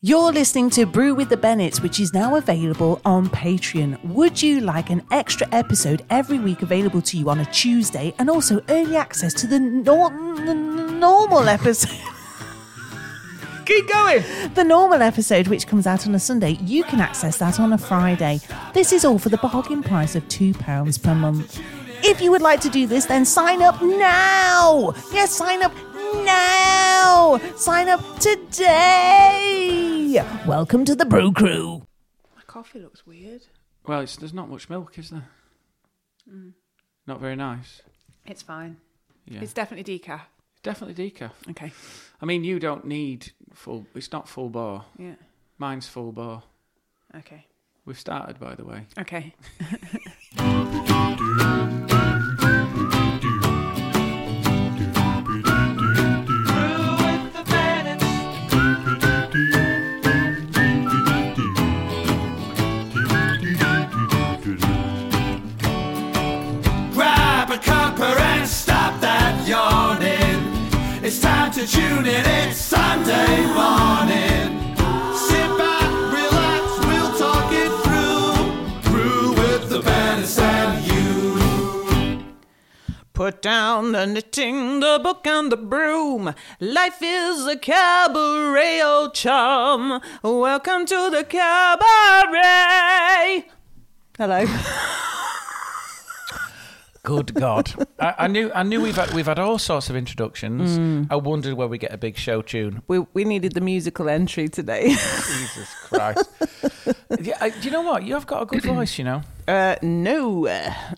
You're listening to Brew with the Bennetts, which is now available on Patreon. Would you like an extra episode every week available to you on a Tuesday and also early access to the, nor- n- normal episode? Keep going. The normal episode, which comes out on a Sunday, you can access that on a Friday. This is all for the bargain price of £2 per month. If you would like to do this, then sign up now! Yes, sign up now! Sign up today! Welcome to the Brew Crew. My coffee looks weird. Well, it's, there's not much milk, is there? Mm. Not very nice. It's fine. Yeah, It's definitely decaf. definitely decaf. Okay. I mean, you don't need full. It's not full bar. Yeah. Mine's full bar. Okay. We've started, by the way. Okay. Grab a cuppa and stop that yawning. It's time to tune in, it's Sunday morning. Sit back, relax, we'll talk it through. Brew with the Bennetts and you. Put down the knitting, the book, and the broom. Life is a cabaret, old chum. Welcome to the cabaret. Hello. Good God! I, I knew. I knew we've had, we've had all sorts of introductions. I wondered where we get a big show tune. We, we needed the musical entry today. Jesus Christ! yeah, I, do you know what? You have got a good voice. You know. Uh, no.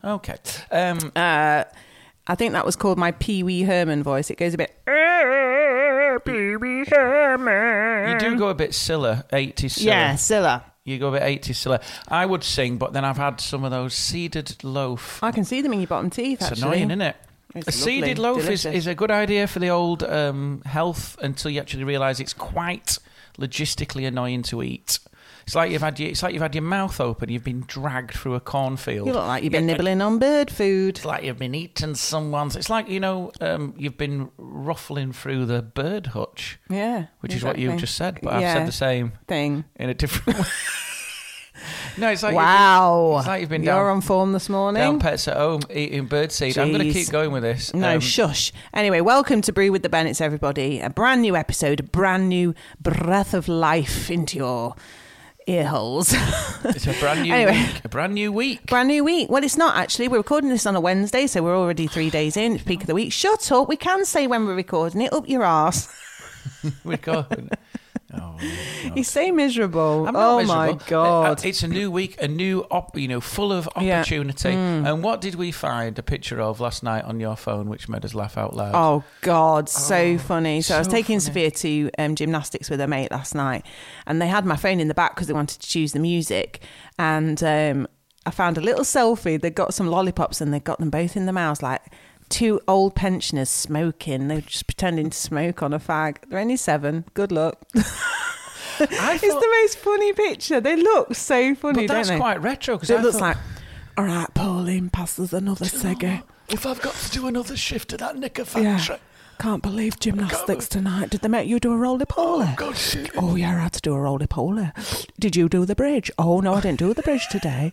Okay. Um, Uh, I think that was called my Pee Wee Herman voice. It goes a bit. "Eh, Pee Wee Herman. you Uh. do go a bit silla, 80s silla. Yeah, Scylla. You go a bit 80s silla. I would sing, but then I've had some of those seeded loaf. I can see them in your bottom teeth, It's Oh, actually. annoying, isn't it? It's a seeded lovely, loaf is, delicious. is a good idea for the old um, health until you actually realise it's quite logistically annoying to eat. It's like you've had your, it's like you've had your mouth open. You've been dragged through a cornfield. You look like you've been nibbling on bird food. It's like you've been eating someone's. It's like you know um, you've been ruffling through the bird hutch, Yeah. which is what you exactly. just said. But I've Yeah. said the same Thing. in a different way. no, it's like you've been- Wow. it's like you've been You're down- on form this morning. Down pets at home eating birdseed. I'm going to Jeez. keep going with this. no, Um, shush. Anyway, welcome to Brew with the Bennetts, everybody. A brand new episode, a brand new breath of life into your ear holes. it's a brand new Anyway. week. A brand new week. brand new week. Well, it's not actually. We're recording this on a Wednesday, so we're already three days in. It's peak of the week. Shut up. We can say when we're recording it. Up your arse. We're going. Oh, You're so miserable. I'm not oh my miserable. god. Uh, It's a new week, a new op, you know, full of Yeah. Mm. opportunity. And what did we find a picture of last night on your phone, which made us laugh out loud? Oh God, so funny! So, I was so taking funny. Sophia to um, gymnastics with her mate last night, and they had my phone in the back because they wanted to choose the music, and um, I found a little selfie. They got some lollipops and they got them both in the mouths, like two old pensioners smoking. They were just pretending to smoke on a fag. They're only seven. Good luck. I it's thought, the most funny picture. They look so but funny, that's don't they? quite retro because it looks like. All right, Pauline, pass us another Sega. if I've got to do another shift at that knicker Yeah. factory. Can't believe gymnastics tonight. Did they make you do a roly poly? Oh, God, she- yeah, I had to do a roly poly. Did you do the bridge? Oh no, I didn't do the bridge today.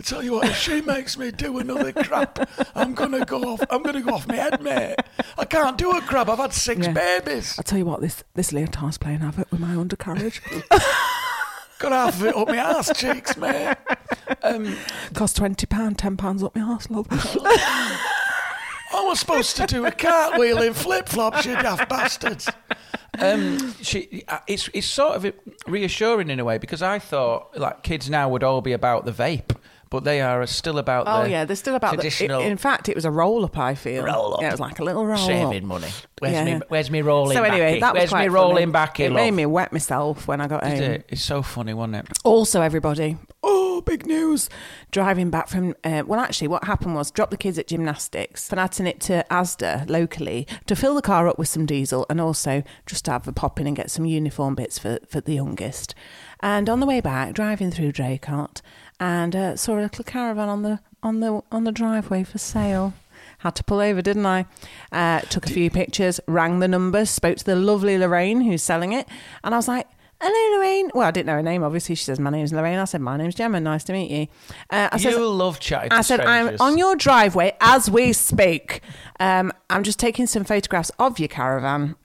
I tell you what, if she makes me do another crab, I'm gonna go off. I'm gonna go off my head, mate. I can't do a crab. I've had six Yeah. babies. I tell you what, this this leotard's playing havoc with my undercarriage. Got half of it up my ass cheeks, mate. Cost twenty pound, ten pounds up my arse, love. I was supposed to do a cartwheel in flip flops, you daft bastards. Um, she, uh, it's it's sort of reassuring in a way because I thought like kids now would all be about the vape, but they are still about. Oh the yeah, they're still about traditional. The, in fact, it was a roll up. I feel Roll-up. Yeah, it was like a little roll saving up. money. Where's Yeah. me? Where's me rolling? So backy? anyway, that was where's me quite rolling funny. back here? It made me wet myself when I got home. It's so funny, wasn't it? Also, everybody, oh, big news! Driving back from, uh, well, actually, what happened was dropped the kids at gymnastics and had to knit to Asda locally to fill the car up with some diesel and also just to have a pop in and get some uniform bits for, for the youngest. And on the way back, driving through Draycott, and uh, saw a little caravan on the on the on the driveway for sale. Had to pull over, didn't I? Uh, took a few pictures, rang the numbers, spoke to the lovely Lorraine who's selling it, and I was like, Hello, Lorraine. Well, I didn't know her name, obviously. She says, My name's Lorraine. I said, My name's Gemma. Nice to meet you. Uh, I you said, love chatting. I to said, I'm strangers. on your driveway as we speak. Um, I'm just taking some photographs of your caravan.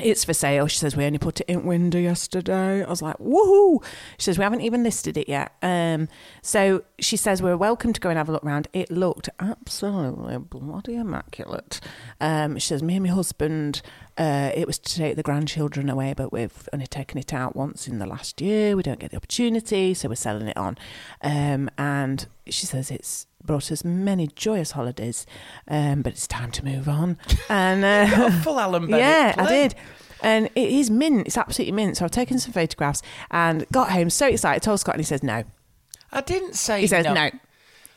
It's for sale. She says, We only put it in window yesterday. I was like, Woohoo. She says, We haven't even listed it yet. Um, so she says, We're welcome to go and have a look round. It looked absolutely bloody immaculate. Um, she says, Me and my husband, uh, it was to take the grandchildren away, but we've only taken it out once in the last year. We don't get the opportunity, so we're selling it on. Um, and she says, It's brought us many joyous holidays, um, but it's time to move on. And uh, full Alan Bennett. yeah, I play. did. And it is mint. It's absolutely mint. So I've taken some photographs and got home so excited. Told Scott, and he says no. I didn't say. He says no.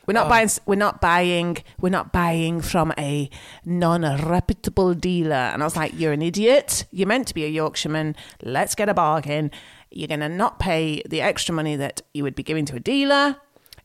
We're not Oh. buying. We're not buying. We're not buying from a non-reputable dealer. And I was like, "You're an idiot. You're meant to be a Yorkshireman. Let's get a bargain. You're gonna not pay the extra money that you would be giving to a dealer.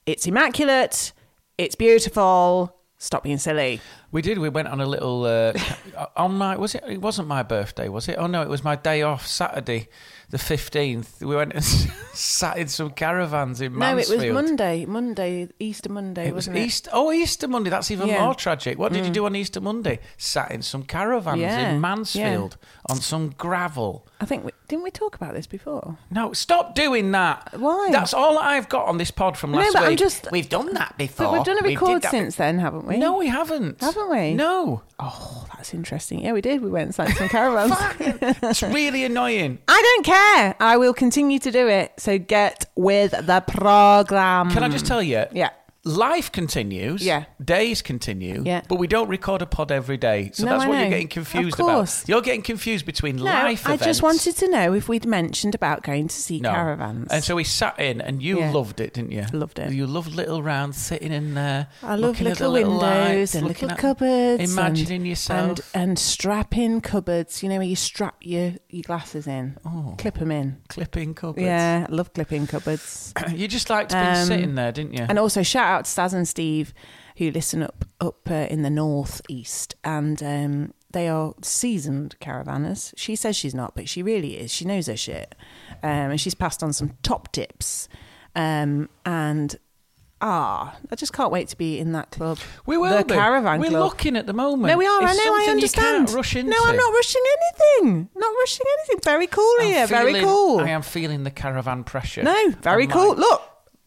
It's immaculate. It's beautiful. Stop being silly." We did. We went on a little uh, on my was it? It wasn't my birthday, was it? Oh no, it was my day off, Saturday, the fifteenth. We went and sat in some caravans in Mansfield. No, it was Monday. Monday, Easter Monday, It was wasn't Easter. Oh, Easter Monday. That's even Yeah. Mm. more tragic. What did you do on Easter Monday? Sat in some caravans Yeah, yeah. in Mansfield on some gravel. I think we, didn't we talk about this before? No, stop doing that. Why? That's all I've got on this pod from No, last but I'm week. just- We've done that before. But we've done a Oh, We did record that- since then, haven't we? No, we haven't. Haven't we? No. Oh, that's interesting. Yeah, we did. We went and sang some caravans. it's really annoying. I don't care. I will continue to do it. So get with the program. Can I just tell you? Mm. Yeah. Life continues. Yeah. Days continue. Yeah. But we don't record a pod every day. So No, that's I what know. you're getting confused Of about. course. You're getting confused between No, life I events. just wanted to know if we'd mentioned about going to see No. caravans. And so we sat in, and you Yeah. loved it, didn't you? Loved it. You loved little rounds sitting in there. I love looking at the little, lights, windows and looking little at- cupboards. and- Imagining yourself. And, uh, and strapping cupboards, you know, where you strap your, your glasses in, oh. clip them in. clipping cupboards. Yeah, I love clipping cupboards. You just liked being Um, sitting there, didn't you? And also shout out to Saz and Steve, who listen up up uh, in the northeast, and um, they are seasoned caravanners. She says she's not, but she really is. She knows her shit, um, and she's passed on some top tips. Um, and ah, I just can't wait to be in that club. we will the be. caravan We're club. looking at the moment. No, we are. It's I know. I something understand. You can't rush into. No, I'm not rushing anything. Not rushing anything. Very cool I'm here. very feeling- cool. I am feeling the caravan pressure. No, very I'm cool. like- Look,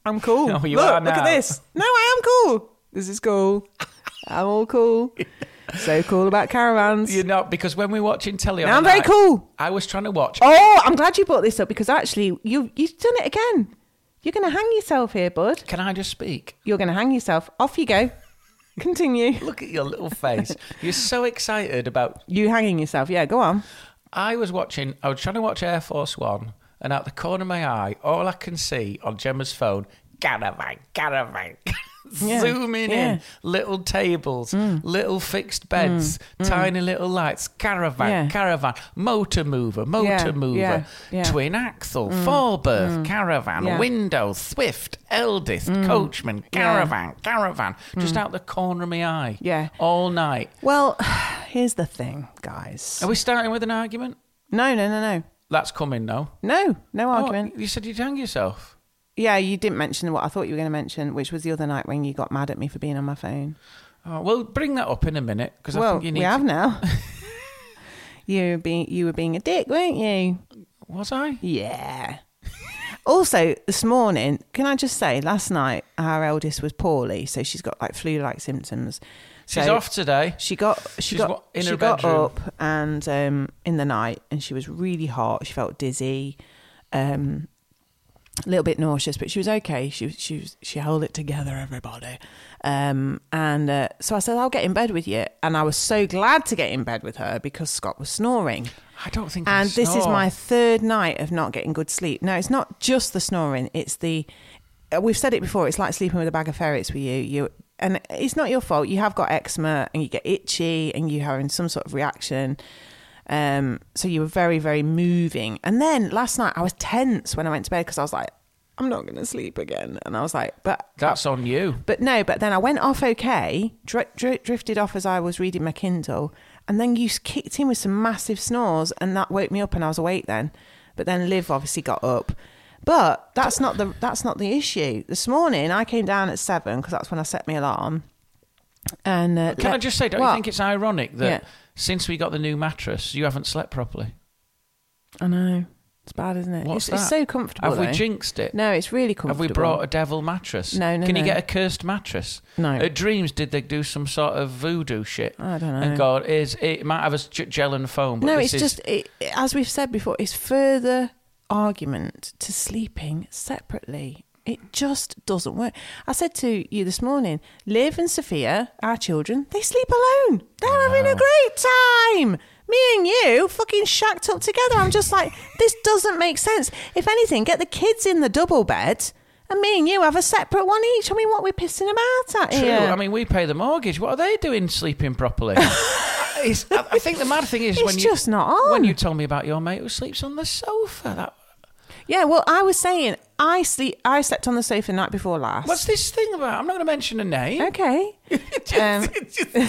I'm cool. No, you look, are look at now. this. No, I am cool. This is cool. I'm all cool. So cool about caravans. You're not because when we're watching telly, on Now a I'm very night, cool. I was trying to watch. Oh, I'm glad you brought this up because actually you you've done it again. You're going to hang yourself here, bud. Can I just speak? You're going to hang yourself. Off you go. Continue. Look at your little face. You're so excited about You hanging yourself. Yeah, go on. I was watching, I was trying to watch Air Force One, and out the corner of my eye, all I can see on Gemma's phone, caravan, caravan. Yeah, Zooming yeah. Mm. in, little tables, little fixed beds, tiny little lights, caravan, Yeah. caravan, motor mover, motor Yeah, mover, yeah, yeah. Mm, twin axle, four berth, caravan, Yeah. Mm. window, swift, eldest, coachman, caravan, caravan, just out the corner of my eye, Yeah. all night. Well, here's the thing, guys. Are we starting with an argument? Oh. No, no, no, no. That's coming now. No, no Oh, argument. you said you'd hang yourself. Yeah, you didn't mention what I thought you were going to mention, which was the other night when you got mad at me for being on my phone. Oh, well, bring that up in a minute because I well, think you need. we have to- now. you were being you were being a dick, weren't you? Was I? Yeah. also, this morning, can I just say, last night our eldest was poorly, so she's got like flu-like symptoms. She's So off today. She got she She's got wa- in she her got bedroom. up and um, in the night, and she was really hot. She felt dizzy. Um, a little bit nauseous, but she was okay. She was- she was, she held it together, everybody. Um, and uh, so I said, "I'll get in bed with you." And I was so glad to get in bed with her because Scott was snoring. I don't think. I And this is snore. my third night of not getting good sleep. Now it's not just the snoring; it's the uh, we've said it before. It's like sleeping with a bag of ferrets with you. You and it's not your fault. You have got eczema, and you get itchy, and you having some sort of reaction. Um, so you were very, very moving. And then last night I was tense when I went to bed because I was like, I'm not going to sleep again. And I was like, but That's on you. but no, but then I went off okay, dri- dri- drifted off as I was reading my Kindle, and then you s- kicked in with some massive snores, and that woke me up, and I was awake then. But then Liv obviously got up. But that's not the that's not the issue. This morning I came down at seven because that's when I set my alarm. And uh, Can I let- just say, don't What? you think it's ironic that Yeah. since we got the new mattress, you haven't slept properly? I know it's bad, isn't it? What's it's, it's that? so comfortable. Have we though. jinxed it? No, it's really Have comfortable. we brought a devil mattress? No, no, Can you no. get a cursed mattress? No. At Dreams, did they do some sort of voodoo shit? I don't know. And God is it might have a s- j- gel and foam? But no, this it's is- just it, it- as we've said before. It's further argument to sleeping separately. It just doesn't work. I said to you this morning, Liv and Sophia, our children, they sleep alone. They're having a great time. Me and you fucking shacked up together. I'm just like, this doesn't make sense. If anything, get the kids in the double bed and me and you have a separate one each. I mean, what we're pissing about at True. here. I mean, we pay the mortgage. What are they doing sleeping properly? It's- I I think the mad thing is It's when you just not on. when you told me about your mate who sleeps on the sofa. That, Yeah, well, I was saying I sleep. I slept on the sofa the night before last. what's this thing about? I'm not going to mention a name. Uh, Okay. um,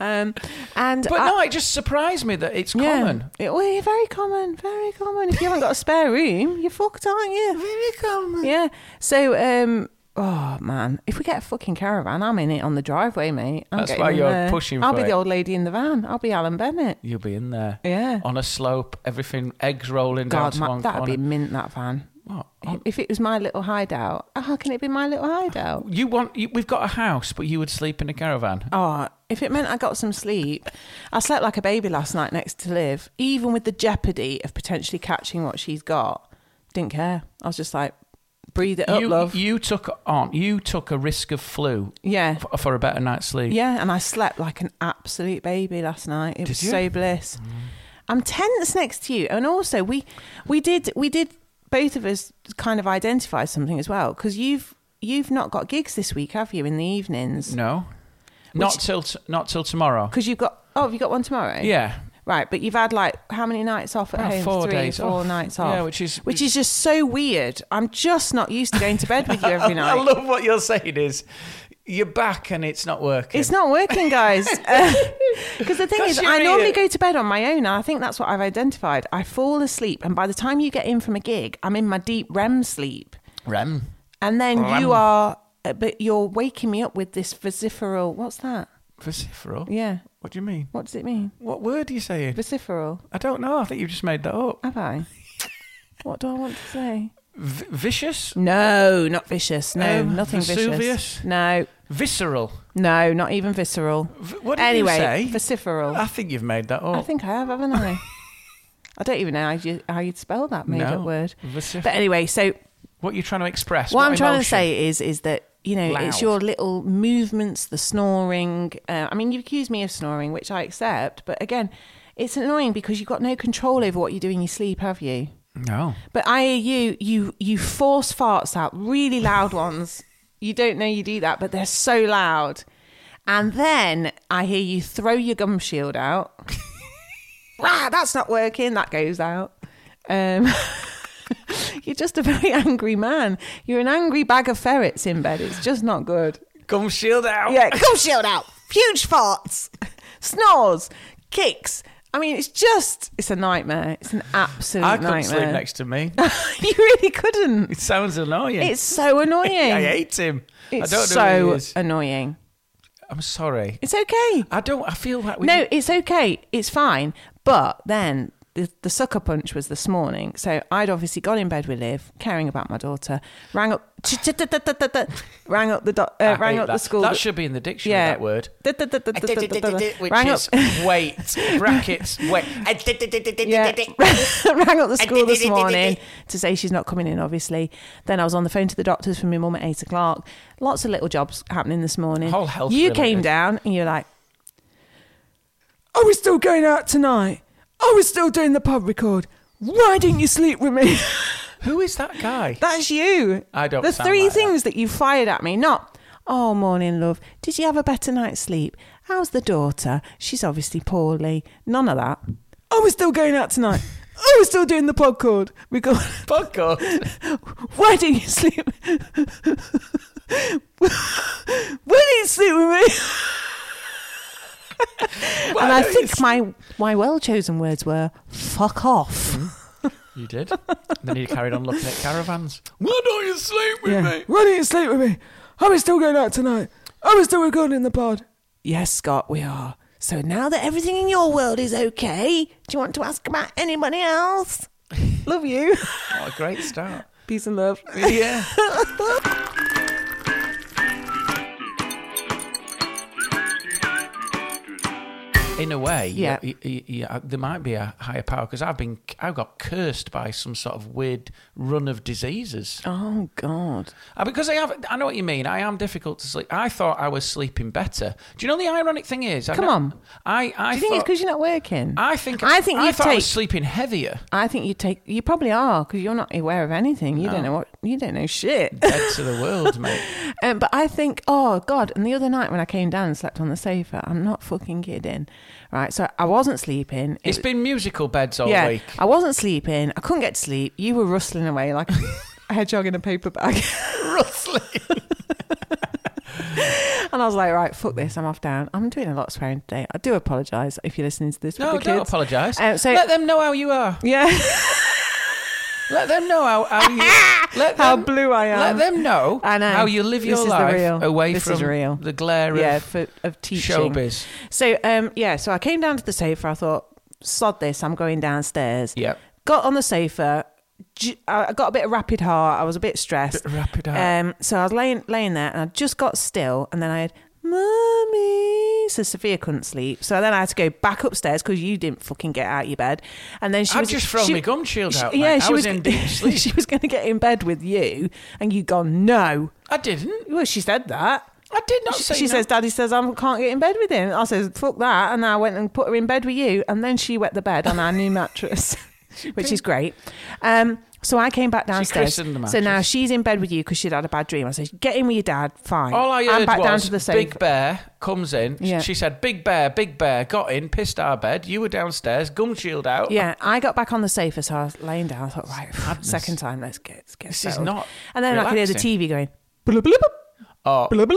um, and But I- no, it just surprised me that it's yeah, common. It, well, yeah, very common, very common. If you haven't got a spare room, you're fucked, aren't you? Very common. Yeah. So, um, oh man, if we get a fucking caravan, I'm in it on the driveway, mate. I'm That's getting why in you're there. pushing I'll for be it. the old lady in the van. I'll be Alan Bennett. You'll be in there. Yeah. On a slope, everything, eggs rolling down God, to ma- Oh, one that'd corner. Oh. be mint. That van. What? If it was my little hideout, how can it be my little hideout? You want? You, we've got a house, but you would sleep in a caravan. Oh, if it meant I got some sleep, I slept like a baby last night next to Liv, even with the jeopardy of potentially catching what she's got. Didn't care. I was just like, breathe it up, you, love. you took on. You took a risk of flu yeah. for, for a better night's sleep. Yeah. And I slept like an absolute baby last night. It was you? so bliss. I'm tense next to you. And also, we, we did, we did, both of us kind of identify something as well, because you've, you've not got gigs this week, have you, in the evenings? No. Not till t- not till tomorrow. Because you've got, oh, have you got one tomorrow? Yeah. Right, but you've had like how many nights off at About home? four Three, days four off. nights Yeah, off. which is- which is just so weird. I'm just not used to going to bed with you every I night. love what you're saying. Is you're back and it's not working. It's not working, guys. Because the thing Because is, you're I an normally idiot. go to bed on my own, and I think that's what I've identified. I fall asleep, and by the time you get in from a gig, I'm in my deep REM sleep, Rem. and then you REM. are, uh, but you're waking me up with this vociferal. What's that? Vociferal. Yeah, What do you mean? what does it mean? What word are you saying? Vociferal? I don't know. I think you've just made that up. Have I? what do I want to say? V- vicious. No, not vicious. No, Um, nothing Vesuvius? vicious. No, Visceral. no, not even visceral. V- what did anyway, you say? vociferal. I think you've made that up. I think I have, haven't I? I don't even know how, you, how you'd spell that made No. up word. Vocif- But anyway, so what you're trying to express. what I'm trying to emotion? say is is that you know Loud. it's your little movements, the snoring. Uh, I mean, you accuse me of snoring, which I accept, but again, it's annoying because you've got no control over what you do in your sleep, have you? No. But I hear you, you, you force farts out, really loud ones. You don't know you do that, but they're so loud. And then I hear you throw your gum shield out. ah, that's not working. That goes out. Um, you're just a very angry man. You're an angry bag of ferrets in bed. It's just not good. Gum shield out. Yeah, gum shield out. Huge farts, snores, kicks. I mean, it's just, it's a nightmare. It's an absolute I couldn't nightmare sleep next to me. you really couldn't. It sounds annoying. It's so annoying. I hate him. It's I don't know who so he is. annoying. I'm sorry. It's okay. I don't. I feel like we. No, it's okay. It's fine. But then the, the sucker punch was this morning. So I'd obviously gone in bed with Liv, caring about my daughter. Rang up, rang up the do- I uh, hate rang up that. the school. That should be in the dictionary. Yeah. That word. Which Rang up, is wait brackets wait. yeah, rang up the school this morning to say she's not coming in, obviously. Then I was on the phone to the doctors for my mum at eight o'clock. Lots of little jobs happening this morning. Whole health You came related. down and you're like, Are we still going out tonight? Are we still doing the pub record? Why didn't you sleep with me? Who is that guy? That's you. I don't The sound three like that. things that. you fired at me, not oh morning love. Did you have a better night's sleep? How's the daughter? She's obviously poorly. None of that. Oh, we're still going out tonight. Oh, we're still doing the podcast. We go. Podcast. Why do you sleep? Why do you sleep with me? and I think my my well chosen words were "fuck off." You did. then you carried on looking at caravans. Why don't you sleep with me? Why don't you sleep with me? Are we still going out tonight? Are we still recording the pod? Yes, Scott, we are. So now that everything in your world is okay, do you want to ask about anybody else? Love you. What a great start. Peace and love. Yeah. In a way, Yeah. yeah, y y- yeah, uh, there might be a higher power because I've been, I got cursed by some sort of weird run of diseases. Oh God. Uh, Because I have, I know what you mean. I am difficult to sleep. I thought I was sleeping better. Do you know the ironic thing is? I Come know- on. I, I Do you think it's thought- because you're not working? I think I think I you thought I take. was sleeping heavier, I think you take. You probably are because you're not aware of anything. You don't know what. You don't know shit. dead to the world, mate. Um, but I think, oh God! And the other night when I came down and slept on the sofa, I'm not fucking kidding, right? So I wasn't sleeping. It It's been musical beds all yeah, week. I wasn't sleeping. I couldn't get to sleep. You were rustling away like a hedgehog in a paper bag. Rustling. and I was like, right, fuck this. I'm off down. I'm doing a lot of swearing today. I do apologise if you're listening to this. No, with the don't kids. apologise. Um, so- Uh, let them know how you are. Yeah, Let them know how, how you. let how them, blue I am. Let them know, I know. how you live This your is the life real- away this from is real. the glare yeah, of for, of teaching. showbiz. So um, yeah, so I came down to the sofa. I thought, sod this. I'm going downstairs. Yep. Got on the sofa. j- I got a bit of rapid heart. I was a bit stressed. Bit of rapid heart. Um, so I was laying laying there, and I just got still, and then I had mummy. So Sophia couldn't sleep. So then I had to go back upstairs because you didn't fucking get out of your bed. And then she I've was just thrown she- my gum shield she- out, Yeah, mate. she I was in deep sleep. she was going to get in bed with you, and you gone no. I didn't. Well, she said that. I did not She, say she no. says, "Daddy says I can't get in bed with him." I says, "Fuck that!" And I went and put her in bed with you, and then she wet the bed on our new mattress, which is great. Um, so I came back downstairs. christened the so now mattress. she's in bed with you because she'd had a bad dream. I said, "Get in with your dad, fine." All I heard am back was down to the sofa. Big Bear comes in. Yeah. She said, "Big Bear, Big Bear." Got in, pissed our bed. You were downstairs, gum shield out. yeah, I got back on the sofa, so I was laying down. I thought, right, second time, let's get let's get This is settled. not And then I could hear the relaxing. TV going, "Bloop, bloop, Oh, bloop, bloop,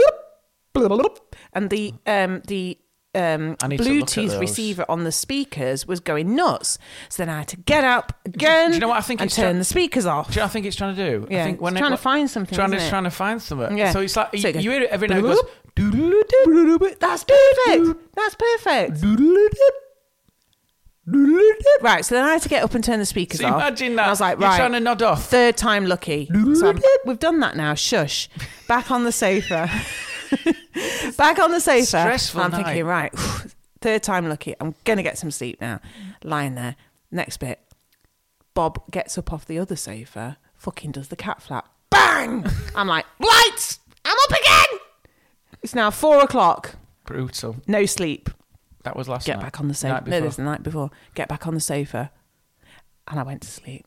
bloop, bloop," and the um the um, I need to look at Bluetooth those. receiver on the speakers was going nuts. So then I had to get up again. do you know what I think And it's turn try- the speakers off. Do you know what I think it's trying to do? Yeah, I think it's trying to find something, Trying to, isn't it? trying to find something. Yeah. So it's like So it you, goes you hear it every now and then. It bloop, goes. That's perfect. That's perfect. Right. So then I had to get up and turn the speakers So off. imagine And that. I was like, You're right, trying to nod off. Third time lucky. So I'm- we've done that now. Shush. Back on the sofa. Back on the sofa. Stressful I'm night. thinking, right, third time lucky. I'm gonna get some sleep now. Lying there. Next bit. Bob gets up off the other sofa, fucking does the cat flap. Bang! I'm like, lights! I'm up again! It's now four o'clock. Brutal. No sleep. That was last Get night. back on the sofa. Night No, before. this is the night before. Get back on the sofa. And I went to sleep.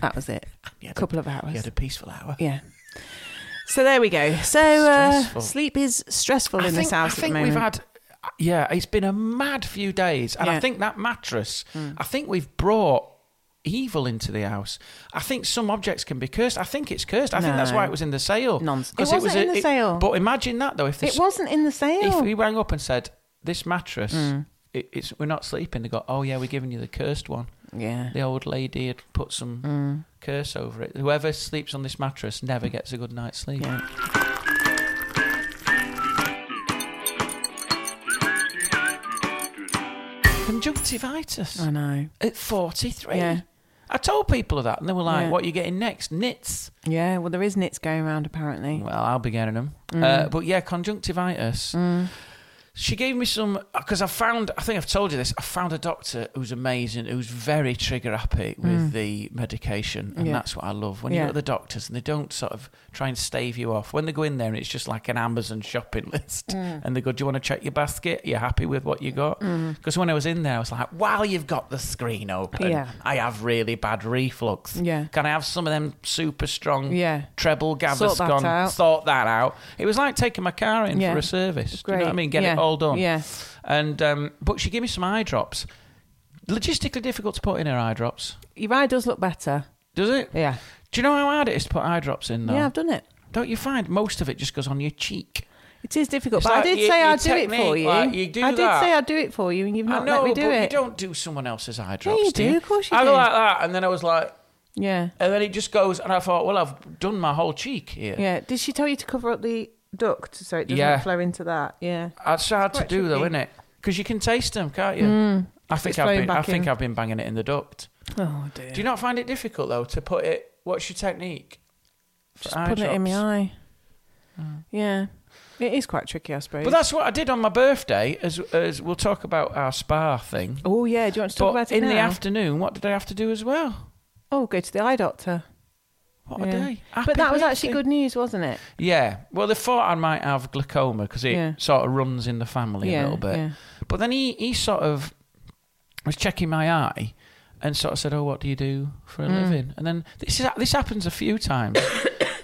That was it. You A had couple of hours. You had a peaceful hour. Yeah. So there we go. So uh, Stressful. sleep is stressful I in think, this house I think at the moment. we've had. Yeah, it's been a mad few days, and Yeah. Mm. I think that mattress. I think we've brought evil into the house. I think some objects can be cursed. I think it's cursed. I think that's No. why it was in the sale. Nonsense. 'Cause It wasn't in the sale. But imagine that though, if this, it wasn't in the sale. if we rang up and said this mattress, Mm. it, it's we're not sleeping. They go, oh yeah, we're giving you the cursed one. yeah. The old lady had put some Mm. curse over it. Whoever sleeps on this mattress never gets a good night's sleep. Yeah. Conjunctivitis I know. at 43. Yeah. I told people of that, and they were like, Yeah. "What are you getting next? Nits." Yeah. Well, there is nits going around apparently. Well, I'll be getting them. Mm. Uh, but yeah, conjunctivitis. She gave me some because I found. I think I've told you this. I found a doctor who's amazing, who's very trigger happy with the medication, and Mm. Yeah. that's what I love. When Yeah. you go to the doctors and they don't sort of try and stave you off. When they go in there and it's just like an Amazon shopping list, Mm. and they go, "Do you want to check your basket? Are you happy with what you got?" Because when I was in there, I was like, "While you've got the screen open, Yeah. I have really bad reflux. Yeah. Can I have some of them super strong Yeah. treble gas?" Sort Sort that gone, out. sort that out. It was like taking my car in Yeah. for a service. Do you Great. know what I mean? Get Yeah. it all done. Yeah. And um, but she gave me some eye drops. Logistically difficult to put in her eye drops. Your eye does look better. Does it? Yeah. Do you know how hard it is to put eye drops in though? Yeah, I've done it. Don't you find most of it just goes on your cheek? It is difficult, It's but like I did your- say your I'd do it for technique, you. like, you do I did that. say I'd do it for you, and you've not I know, let me do but it. you don't do someone else's eye drops. you you? do, of course you I do. go like that, and then I was like, Yeah, and then it just goes, and I thought, well, I've done my whole cheek here. yeah. Did she tell you to cover up the duct so it doesn't Yeah. flow into that? Yeah. That's hard to quite do, though, tricky. Mm. isn't it? Because you can taste them, can't you? I think It's I've flowing been, I back think in. I've been banging it in the duct. Oh dear. Do you not find it difficult though to put it? What's your technique? for Just eye putting it in drops? Mm. my eye. Yeah, it is quite tricky, I suppose. But that's what I did on my birthday. As as we'll talk about our spa thing. oh yeah. Do you want to talk but about it in the now? afternoon, what did I have to do as well? oh, go to the eye doctor. What a Yeah. day! Happy But that was actually birthday. good news, wasn't it? Yeah. Well, they thought I might have glaucoma because it Yeah. sort of runs in the family a Yeah, little bit. yeah. But then he, he sort of was checking my eye and sort of said, "Oh, what do you do for a living?" And then this is, this happens a few times.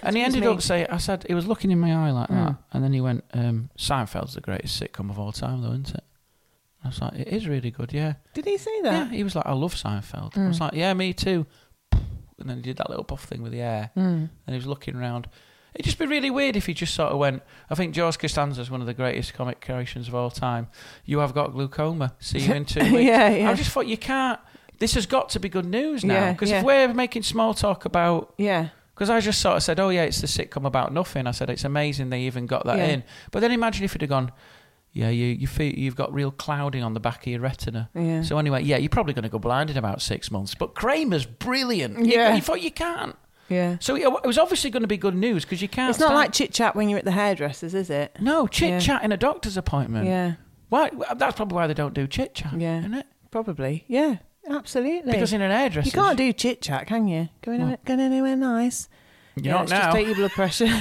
and he ended me. up saying, "I said he was looking in my eye like that," and then he went, um, "Seinfeld's the greatest sitcom of all time, though, isn't it?" I was like, "It is really good, yeah." Did he say Yeah, that? he was like, I love Seinfeld. I was like, yeah, me too. And then he did that little puff thing with the air. Mm. And he was looking around. It'd just be really weird if he just sort of went, I think George Costanza is one of the greatest comic creations of all time. You have got glaucoma. See you in two weeks. Yeah, yeah. I just thought, you can't. This has got to be good news now. Yeah, Because yeah. if we're making small talk about. Yeah. Because I just sort of said, oh, yeah, it's the sitcom about nothing. I said, it's amazing they even got that Yeah. in. But then imagine if it had gone, yeah, you, you feel, you've got real clouding on the back of your retina. Yeah. So anyway, yeah, you're probably going to go blind in about six months. But Kramer's brilliant. You- Yeah. You, thought you can't. Yeah. So it it was obviously going to be good news because you can't. It's not stand- like chit chat when you're at the hairdressers, is it? No, chit chat in a doctor's appointment. Yeah. Why? That's probably why they don't do chit chat. Yeah. Isn't it? Probably. Yeah. Absolutely. Because in an hairdresser. you can't do chit chat, can you? Going anywhere, going anywhere nice? You're yeah, not it's now. Just take your blood pressure.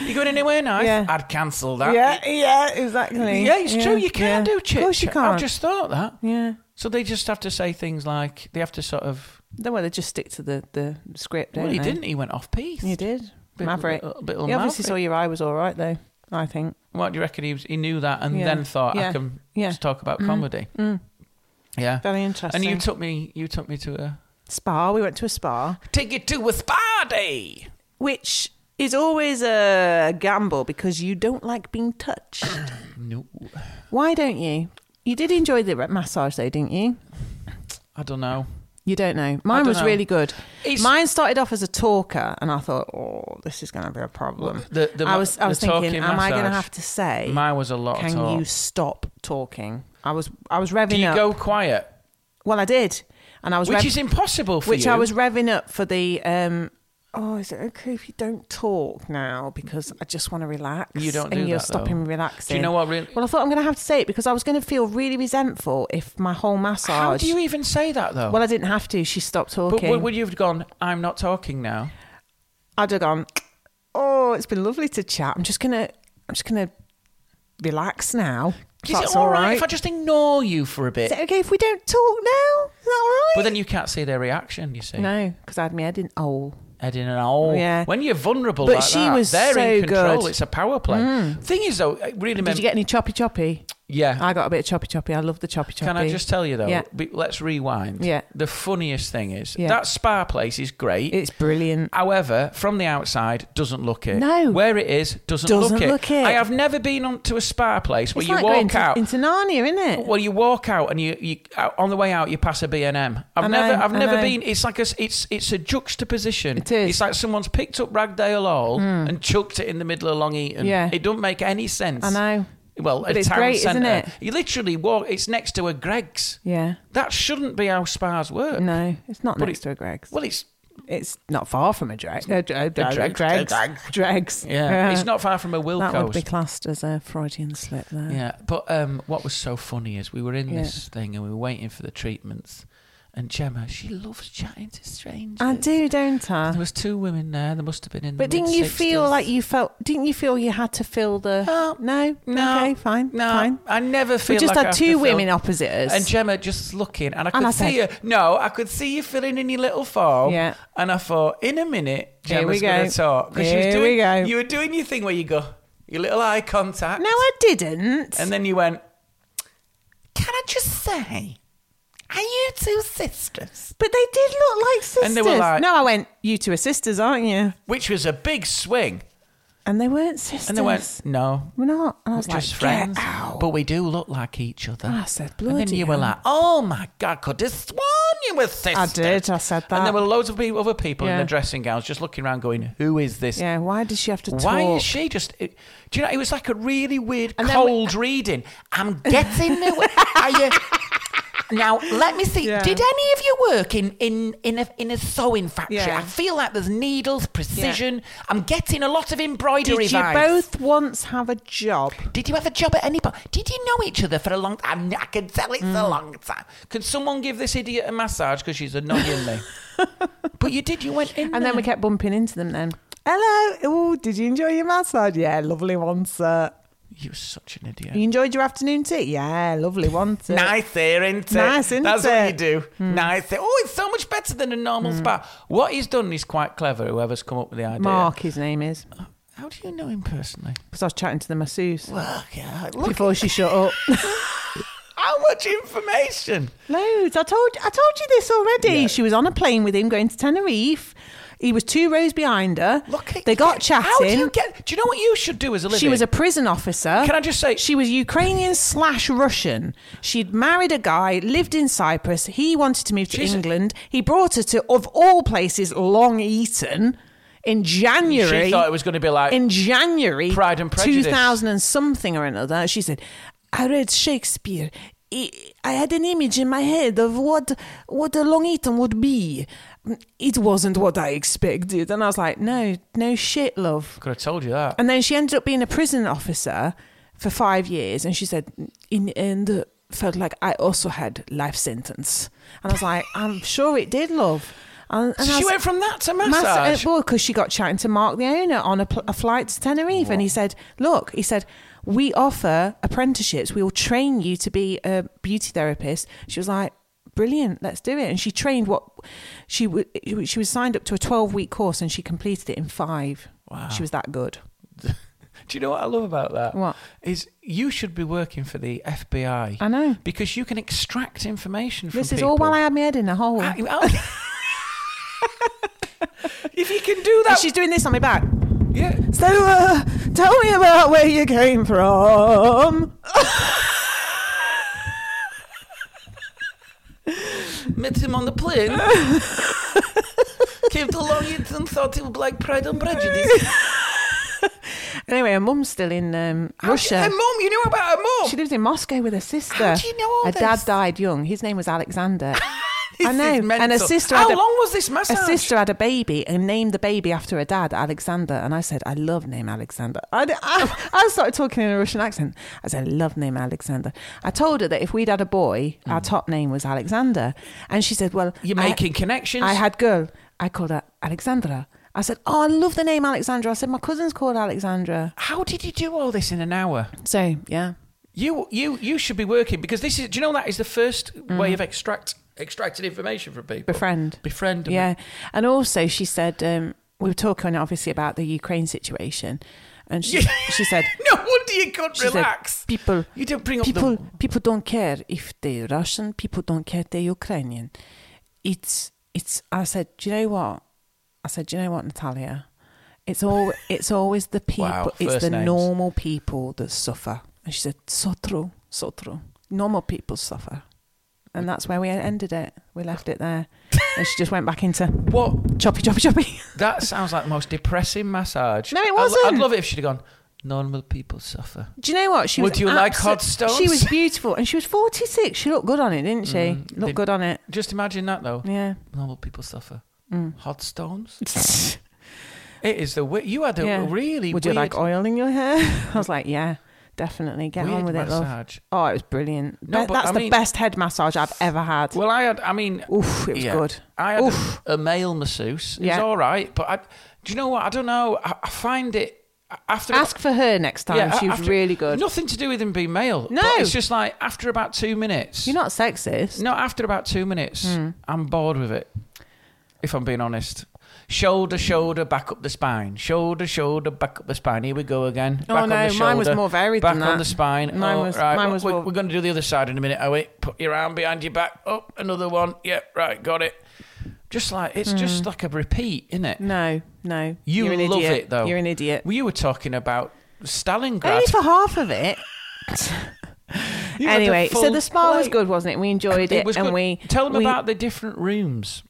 you going anywhere nice? Yeah. I'd cancel that. yeah, exactly. Yeah, it's true. You yeah. can't do chit. Of course you can't. I've just thought that. yeah. So they just have to say things like they have to sort of. Then well, they just stick to the, the script, don't Well, he they? didn't. He went off piece. You did. Bit- Maverick. little- little you obviously Maverick. saw your eye was all right, though, I think. What do you reckon? He, was, he knew that and Yeah. then thought I Yeah. can Yeah. Mm. just talk about comedy. Yeah, Very And interesting. you took me, you took me to a spa. We went to a spa. take you to a spa day. which is always a gamble because you don't like being touched. No, Why don't you? You did enjoy the re- massage though, didn't you? I don't know. You don't know. Mine don't was know. really good. It's- Mine started off as a talker, and I thought, oh, this is going to be a problem. The- the I ma- was, the I was thinking, talking am I going to massage. have to say? Mine was a lot of Can talk. you stop talking? I was, I was revving Do you up. go quiet, well, I did, and I was which rev- is impossible for which you? I was revving up for the. Um, oh, is it okay if you don't talk now because I just want to relax? You don't and do you're that, though. stopping me Do you relaxing. know what really- Well, I thought I'm going to have to say it because I was going to feel really resentful if my whole massage. Oh. How do you even say that though? Well, I didn't have to. She stopped but talking. would, would you have gone? I'm not talking now. I'd have gone. Oh, it's been lovely to chat. I'm just gonna. I'm just gonna relax now. if Is that's it all right, if I just ignore you for a bit? Is it okay if we don't talk now? Is that all right? But then you can't see their reaction. You see, no, because I had my head in. Oh, head in and all. Yeah. When you're vulnerable, But like she that, was they're in so control. good. Mm. It's a power play. Thing is, though, it really did meant you get any choppy choppy? yeah. I got a bit of choppy choppy. I love the choppy choppy. Can I just tell you though? Yeah. be- let's rewind. Yeah. The funniest thing is Yeah. that spa place is great. It's brilliant. However, from the outside, doesn't look it. No. Where it is, doesn't, Doesn't look it. I have never been on to a spa place where it's you like walk going to- out. into Narnia, isn't it? well, you walk out and you, you out- on the way out you pass a B and M. I've I know, never I've I never know. been. It's like a s- it's it's a juxtaposition. It is. Hmm. It's like someone's picked up Ragdale Hall and chucked it in the middle of Long Eaton. Yeah. It don't make any sense. I know. Well, But a it's town great, isn't centre. it? You literally walk. It's next to a Greg's. Yeah. That shouldn't be how spas work. No, it's not But next it- to a Greg's. Well, it's it's not far from a Dregs. A, a, a, Dregs, Dregs. Dregs. Dregs. yeah, it's not far from a Wilco's. That would be classed as a Freudian slip there. Yeah, but um, what was so funny is we were in Yeah. this thing and we were waiting for the treatments, and Gemma, she loves chatting to strangers. I do, don't There I? was two women there. They must have been in. But the didn't you mid-sixties. feel like you felt? Didn't you feel you had to fill the? No, no, No, Okay, fine, No, fine. I never feel. We just like I had have to two feel- women opposite us. And Gemma just looking, and I could I said- see her. No, I could see you filling in your little form. Yeah. And I thought, in a minute, Here Gemma's we go. going to talk. 'Cause she was Here doing, we go. You were doing your thing where you go, your little eye contact. no, I didn't. And then you went, Can I just say, are you two sisters? but they did look like sisters. And they were like- no, I went. You two are sisters, aren't you? Which was a big swing. And they weren't sisters. And they went, no, We're not. And we're I was like, just friends. Get out. But we do look like each other. I said, And then bloody you were hell. like, oh my God, could have sworn you were sisters. did, I said And there that. were loads of people, other people in Yeah. their dressing gowns just looking around going, who is this? yeah, why did she have to talk? Why is she just? It, do you know? It was like a really weird And then we- cold reading. I'm getting the. Are you? Now let me see. Yeah. Did any of you work in in in a in a sewing factory? Yeah. I feel like there's needles, precision. I'm getting a lot of embroidery. Did you vibes. both once have a job? Did you have a job at any point? Did you know each other for a long time? I can tell it's Mm. a long time. Can someone give this idiot a massage because she's annoying me? but you did. You went in. And then we kept bumping into them then. Hello. Oh, did you enjoy your massage? Yeah, lovely one, sir. you were such an idiot. You enjoyed your afternoon tea? Yeah, lovely one, sir. Nice here, isn't it? Nice, isn't That's what it? Hmm. you do. Nice here. Oh, it's so much better than a normal spa. What he's done is quite clever, whoever's come up with the idea. Mark, his name is. How do you know him personally? Because I was chatting to the masseuse Well, yeah, before she shut up. how much information. Loads. I told I told you this already. She was on a plane with him going to Tenerife. He was two rows behind her. Look at they got chatting. How do you get? Do you know what you should do as a living? She was a prison officer. Can I just say- she was Ukrainian slash Russian. She'd married a guy, lived in Cyprus. He wanted to move to She's a- England. He brought her to, of all places, Long Eaton in January. She thought it was going to be like in January, Pride and Prejudice. two thousand and something or another. She said, "I read Shakespeare." I I had an image in my head of what what a Long Eaton would be. It wasn't what I expected, and I was like, "No, no shit, love." Could have told you that. And then she ended up being a prison officer for five years, and she said, in the end, felt like I also had life sentence. And I was like, I'm sure it did, love. And, and so I she was- went from that to massage. Massa- uh, well, because she got chatting to Mark, the owner, on a, pl- a flight to Tenerife, and he said, "Look," he said, "we offer apprenticeships. We will train you to be a beauty therapist." She was like. Brilliant, let's do it. And she trained what she w- she was signed up to a 12 week course and she completed it in five. Wow. She was that good. Do you know what I love about that? What? is you should be working for the FBI? I know. because you can extract information from This is all while people. Ah, I had my head in a hole. I- I- if you can do And that, she's doing this on my back. yeah. So, uh, tell me about where you came from. Met him on the plane. Came to Longington and thought it would like Pride and Prejudice. Anyway, her mum's still in um, Russia. Her mum, you knew about her mum. She lives in Moscow with her sister. How do you know all Her dad this? died young. His name was Alexander. This I is know. And her mental. sister. How had a, long was this massage? Her sister had a baby and named the baby after her dad, Alexander. And I said, I love name Alexander. I, I, I started talking in a Russian accent. I said, I love name Alexander. I told her that if we'd had a boy, our top name was Alexander. And she said, Well, Mm. You're I- making connections. I had girl. I called her Alexandra. I said, Oh, I love the name Alexandra. I said, My cousin's called Alexandra. How did you do all this in an hour? So, yeah. You you you should be working because this is. Do you know that is the first way of extract extracting information from people? Mm. Befriend. Befriend. 'em. Yeah. And also, she said, um, we were talking obviously about the Ukraine situation. And she, she said, No wonder you couldn't she said, relax. people, you don't bring up people, the. people don't care if they're Russian, people don't care if they're Ukrainian. It's, it's, I said, do you know what? I said, do you know what, Natalia? It's all, it's always the people, Wow, it's first the names. normal people that suffer. And she said, so true, so true. Normal people suffer. And that's where we ended it. We left it there. and she just went back into What choppy, choppy, choppy. That sounds like the most depressing massage. No, it I'd- I'd, wasn't. love it if she'd have gone, normal people suffer. Do you know what? She Would was you like hot abso- She stones? Mm, was beautiful and she was 46. She looked good on it, didn't she? looked they- good on it. Just imagine that though. Yeah. Normal people suffer. Mm. Hot stones? It is the way. You had a yeah. really Would weird, you like oil in your hair? I was like, yeah, definitely. Get on weird with it, love. massage. Oh, it was brilliant. No, Be- but that's I the mean- best head massage I've ever had. Well, I had, I mean. Oof, it was good. I had Oof. A, a male masseuse. It was Yeah. all right, but I, do you know what? I don't know. I, I find it. After Ask for her next time. she was after- really good. Nothing to do with him being male. No. but it's just like after about two minutes. You're not sexist. No, after about two minutes, Hmm. I'm bored with it. If I'm being honest, shoulder, shoulder, back up the spine. Shoulder, shoulder, back up the spine. Here we go again. Back Oh, on no, the mine was shoulder, more varied Back than on that. the spine. Mine Oh, was- right. mine was we're, more- we're going to do the other side in a minute, are we? Put your arm behind your back. Oh, Up another one. Yeah, right, got it. Just like it's just like a repeat, isn't it? Hmm. No, No. You are an love idiot. it though. You're an idiot. Well, you were talking about Stalingrad. Only for half of it. You had a anyway, so full the spa was plate. good, wasn't it? We enjoyed it, was and good. we tell them we- about the different rooms.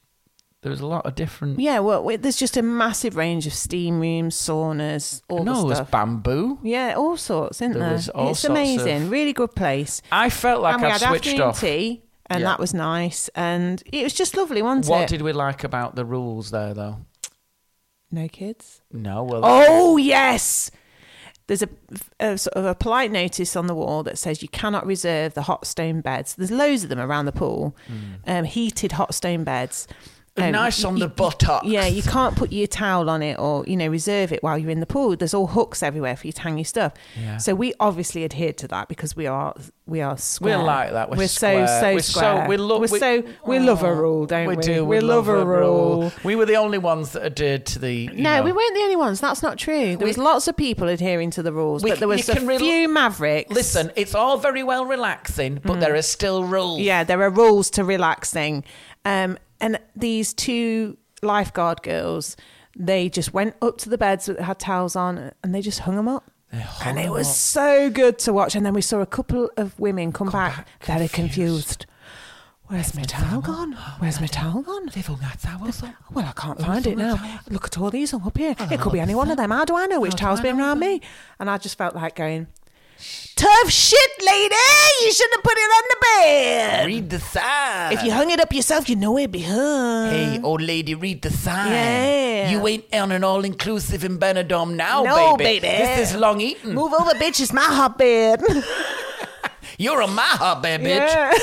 There was a lot of different. Yeah, well, we, there's just a massive range of steam rooms, saunas, all no, there the was stuff. bamboo. yeah, all sorts, isn't There there? was all it's sorts of- amazing, really good place. I felt like and we I had switched afternoon off. tea, and Yeah. that was nice, and it was just lovely, wasn't What it? did we like about the rules there, though? no kids. No, well, Oh yes. There's a, a sort of a polite notice on the wall that says you cannot reserve the hot stone beds. There's loads of them around the pool, um, heated hot stone beds. Um, Hmm. nice on the you- you- buttocks. Yeah, you can't put your towel on it or you know reserve it while you're in the pool. There's all hooks everywhere for you to hang your stuff. Yeah. So we obviously adhered to that because we are we are square. We're like that. We're so square. so We're so- square. we lo- we're we- so we love a rule, don't we? we do. We, love, a rule. We were the only ones that adhered to the. you No, know- we weren't the only ones. That's not true. There was lots of people adhering to the rules, We- but there you was a can rel- few mavericks. Listen, it's all very well relaxing, but there are still rules. Mm. yeah, there are rules to relaxing, um, and these two lifeguard girls, they just went up to the beds that had towels on, and they just hung them up. hung And it 'em was up. so good to watch. And then we saw a couple of women come, back, very confused. Where's my towel gone? Where's my towel gone? Oh, They've all got towels on. Well, I can't Who's find it on the now. towel? Look at all these I'm up here. It could be Oh, look any at one of them. How do I know which How do towel's I been know round them? me? And I just felt like going, Tough shit, lady! You shouldn't have put it on the bed! Read the sign. If you hung it up yourself, you know it'd be hung. Hey, old lady, read the sign. Yeah. You ain't on an all inclusive in Benidorm now, No, baby. baby. This is long eaten. Move over, bitch, it's my hot bed. You're a maha, baby. Yeah.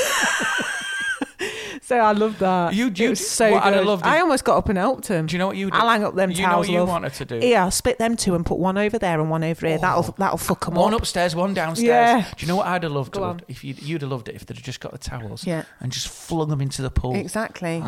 so I love that. You- you- it was so what I good. I, loved is- almost got up and helped him. Do you know what you did? I'll hang up them You know towels. what you love. wanted to do? Oh. Yeah, I'll split them two and put one over there and one over here. That'll that'll fuck them One up. upstairs, one downstairs. Yeah. Do you know what I'd have loved? Go on. If you'd, you'd have loved it if they'd have just got the towels Yeah. and just flung them into the pool. Ah, Exactly.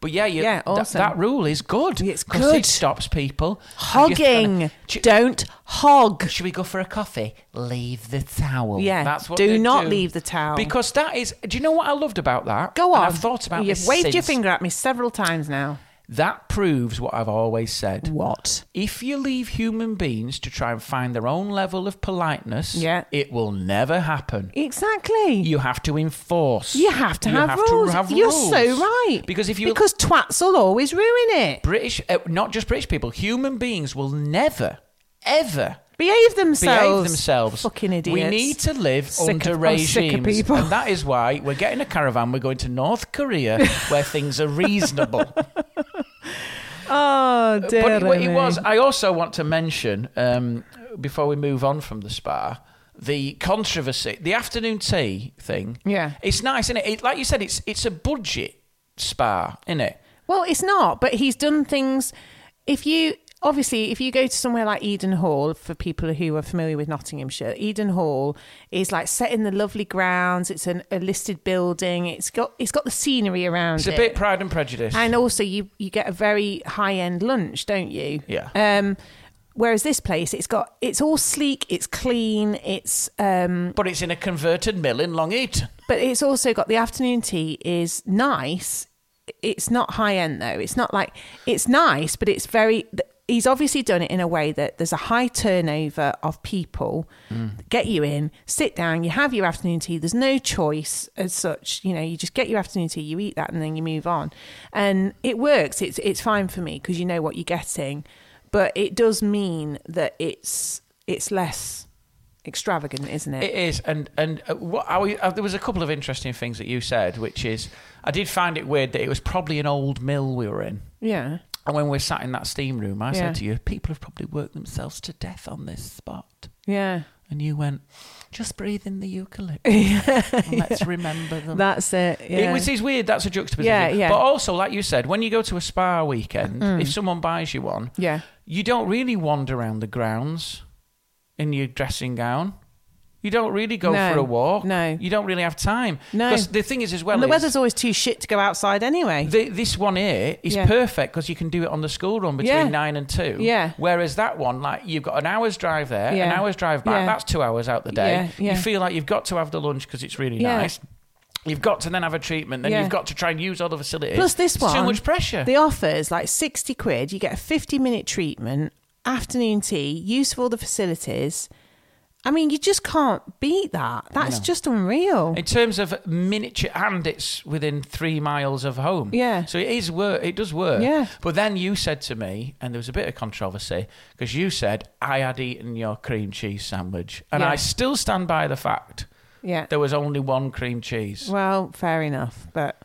But yeah, you, Yeah, yeah awesome. that rule is good. It's 'cause good. It stops people. and you Hogging. kinda- Ch- Don't hog. Should we go for a coffee? Leave the towel. Yeah, that's what do they not leave the towel. because that is. Do you know what I loved about that? Go And on. I've thought about You've this. waved your since. finger at me several times now. That proves what I've always said. What? If you leave human beings to try and find their own level of politeness, Yeah. it will never happen. Exactly. You have to enforce. You have to You have rules. have You're rules. so right. Because if you because twats will always ruin it. British, uh, not just British people, human beings will never, ever Behave themselves. behave themselves. Fucking idiots. We need to live Sick under of- I'm regimes, sick of people. and that is why we're getting a caravan. We're going to North Korea, where things are reasonable. Oh, dear but it, wa- it me. was. I also want to mention um, before we move on from the spa. The controversy, the afternoon tea thing. Yeah. it's nice, isn't it? it like you said, it's it's a budget spa, isn't it? Well, it's not, but he's done things. If you obviously, if you go to somewhere like Eden Hall, for people who are familiar with Nottinghamshire, Eden Hall is like set in the lovely grounds. It's an, a listed building. It's got it's got the scenery around It's a it. bit Pride and Prejudice. and also you you get a very high end lunch, don't you? Yeah. Um, whereas this place, it's got it's all sleek, it's clean, it's um, but it's in a converted mill in Long Eaton. but it's also got the afternoon tea is nice. It's not high end though. It's not like it's nice, but it's very. th- He's obviously done it in a way that there's a high turnover of people. Get you in, sit down, you have your afternoon tea. There's no choice as such. You know, you just get your afternoon tea, you eat that, and then you move on. And it works. It's it's fine for me because you know what you're getting, but it does mean that it's it's less extravagant, isn't it? It is, and and uh, what I, was- uh, there was a couple of interesting things that you said, which is I did find it weird that it was probably an old mill we were in, yeah. and when we were sat in that steam room, I Yeah. said to you, people have probably worked themselves to death on this spot, Yeah. and you went, just breathe in the eucalyptus, and let's remember them. That's it. Yeah. It was is weird. That's a juxtaposition. Yeah, yeah. But also, like you said, when you go to a spa weekend, if someone buys you one, Yeah. you don't really wander around the grounds in your dressing gown. You don't really go No, for a walk. no. you don't really have time. No. 'Cause the thing is, as well, and the is weather's always too shit to go outside anyway. th- this one here is Yeah. perfect because you can do it on the school run between Yeah. nine and two. Yeah. Whereas that one, like you've got an hour's drive there, an Yeah. hour's drive back. Yeah. That's two hours out the day. Yeah, yeah. You feel like you've got to have the lunch because it's really Yeah. nice. You've got to then have a treatment, then Yeah. you've got to try and use all the facilities. Plus this It's one, too much pressure. The offer is like sixty quid. You get a fifty-minute treatment, afternoon tea, use of all the facilities. I mean, you just can't beat that. That's just unreal. in terms of miniature, and it's within three miles of home. Yeah. So it is work. It does work. Yeah. But then you said to me, and there was a bit of controversy because you said I had eaten your cream cheese sandwich, and Yeah. I still stand by the fact yeah. there was only one cream cheese. Well, fair enough, but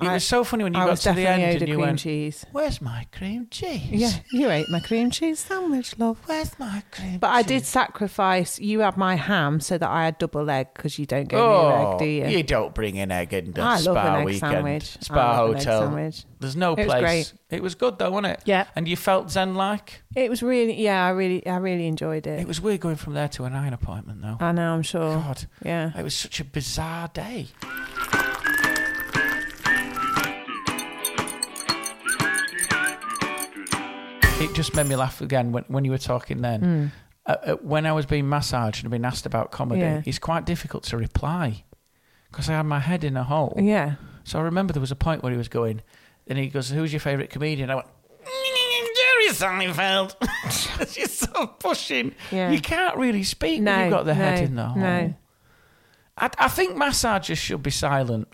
it I- was so funny when you I got was to the definitely end owed a and you cream went, cheese. "Where's my cream cheese? Yeah, you ate my cream cheese sandwich, love. Where's my cream?" But I cheese? did sacrifice. You had my ham, so that I had double egg because you don't get Oh, new egg, do you? don't bring an egg into I spa love an egg weekend, sandwich. I spa love an egg hotel. sandwich. There's no It was place. great. It was good though, wasn't it? Yeah. And you felt zen like. It was really, yeah, I really, I really enjoyed it. It was weird going from there to a nine appointment though. I know, I'm sure. God. Yeah. It was such a bizarre day. It just made me laugh again when, when you were talking Hmm. then. Uh, uh, when I was being massaged and being asked about comedy, Yeah. it's quite difficult to reply because I had my head in a hole. Yeah. So I remember there was a point where he was going, and he goes, "Who's your favourite comedian?" I went, "Mm, "Jerry Seinfeld." It's Just so pushing. Yeah. You can't really speak No, when you've got the head no, in the hole. no. I, I think massages should be silent.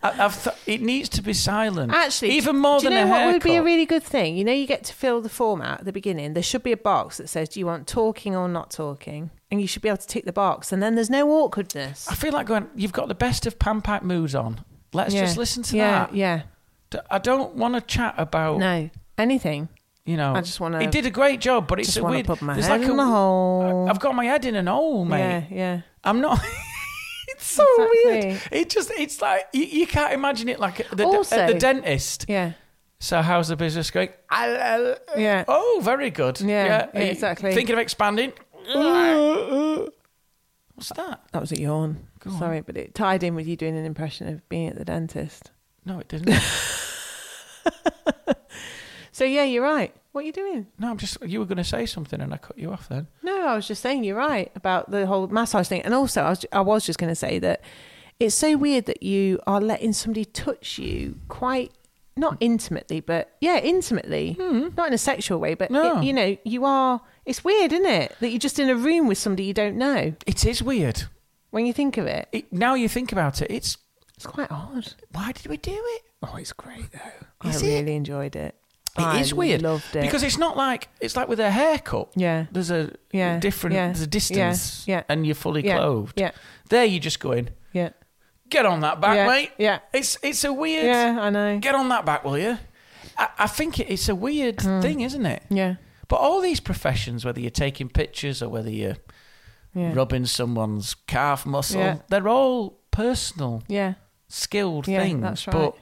I, I've th- it needs to be silent. Actually, even more do you than know a what haircut. would be a really good thing? You know, you get to fill the form out at the beginning. There should be a box that says, "Do you want talking or not talking?" And you should be able to tick the box, and then there's no awkwardness. I feel like going. You've got the best of pan pack moods on. Let's Yeah. just listen to yeah, that. Yeah, D- I don't want to chat about No, anything. You know, I just wanna- He did a great job, but it's just a wanna weird. put my there's head like in a hole. I- I've got my head in an hole, mate. Yeah, yeah. I'm not. it's so weird. Exactly. It just, it's like you, you can't imagine it like at the, Also- at the dentist. Yeah. So how's the business going? I, I- Yeah. Oh, very good. Yeah, Are you exactly. Uh, Thinking of expanding. What's that? That was a yawn. Sorry, but it tied in with you doing an impression of being at the dentist. No, it didn't. So yeah, you're right. What are you doing? no, I'm just. You were going to say something, and I cut you off then. No, I was just saying you're right about the whole massage thing, and also I was I was just going to say that it's so weird that you are letting somebody touch you quite not intimately, but yeah, intimately, not in a sexual way, but Hmm. No. it- you know, you are. It's weird, isn't it, that you're just in a room with somebody you don't know. It is weird. When you think of it, It, now you think about it, it's it's quite odd. why did we do it? Oh, it's great though. Is I it? really enjoyed it. It is I weird Loved it because it's not like it's like with a haircut. Yeah. there's a Yeah, different yeah, there's a yeah, distance. yeah. and you're fully Yeah, clothed. yeah. there you're just going. yeah. Get on that back, Yeah, mate. yeah. it's it's a weird. Yeah, I know. Get on that back, will you? I, I think it, it's a weird thing, isn't it? Mm. Yeah. But all these professions, whether you're taking pictures or whether you're Yeah. rubbing someone's calf muscle, Yeah. they're all personal Yeah. skilled Yeah, things. that's right. But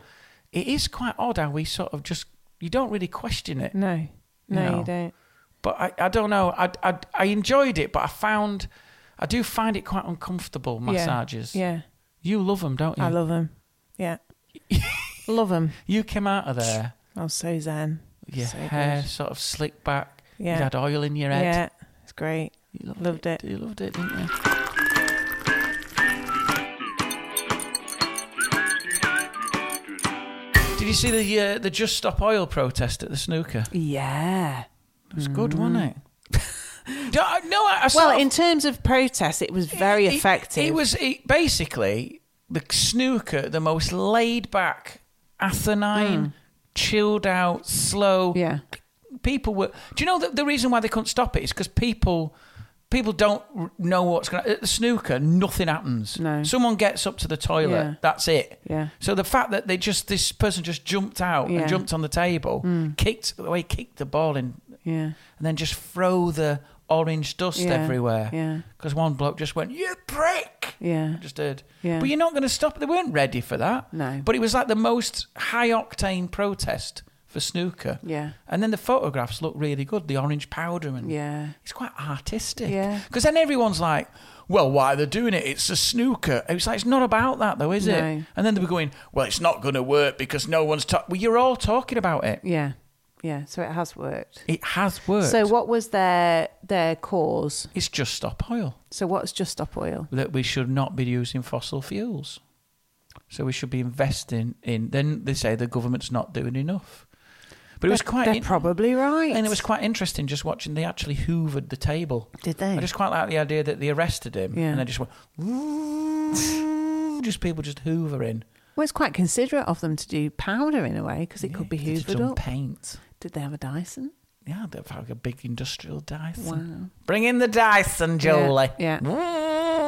it is quite odd how we sort of just you don't really question it. No. No, No. you don't. But I, I don't know. I, I I enjoyed it, but I found I do find it quite uncomfortable Yeah, massages. Yeah. You love them, don't you? I love them. Yeah. love them. you came out of there, I was so zen. your so hair sort of slicked back. Yeah. You had oil in your Good. head. Yeah. It's great. You loved, Loved it. You loved it, didn't you? Did you see the uh, the Just Stop Oil protest at the snooker? Yeah. It was good, wasn't it? no, I- no, I, I sort Mm. Well, of- in terms of protest, it was very It- it- effective. It, was it, basically the snooker, the most laid back, asinine, chilled out, slow. Hmm. Yeah. People were. Do you know that the reason why they couldn't stop it is because people. People don't r- know what's going to At the snooker, nothing happens. No. Someone gets up to the toilet. Yeah. That's it. Yeah. So the fact that they just, this person just jumped out Yeah. Hmm. and jumped on the table, kicked, the way he kicked the ball in, Yeah. and then just throw the orange dust Yeah, everywhere. yeah. Because one bloke just went, "You prick!" Yeah. I just did. Yeah. But you're not going to stop. They weren't ready for that. No. But it was like the most high octane protest for snooker. Yeah. And then the photographs look really good. The orange powder and Yeah. it's quite artistic. Yeah. Because then everyone's like, well, why they're doing it? It's a snooker. It's like, it's not about that though, is it? No. And then they were going, well, it's not going to work because no one's talking. Well, you're all talking about it. Yeah. Yeah, so it has worked. It has worked. So what was their their cause? It's just stop oil So what's just stop oil? that we should not be using fossil fuels. So we should be investing in. Then they say the government's not doing enough. But it was They're- quite. They're in- probably right. and it was quite interesting just watching. They actually hoovered the table. Did they? I just quite like the idea that they arrested him Yeah. and they just went. just people just hoovering. well, it's quite considerate of them to do powder in a way because it could be They'd hoovered done up. paint. Did they have a Dyson? Yeah, they've had a big industrial Dyson. Wow. Bring in the Dyson, Jolie. Yeah,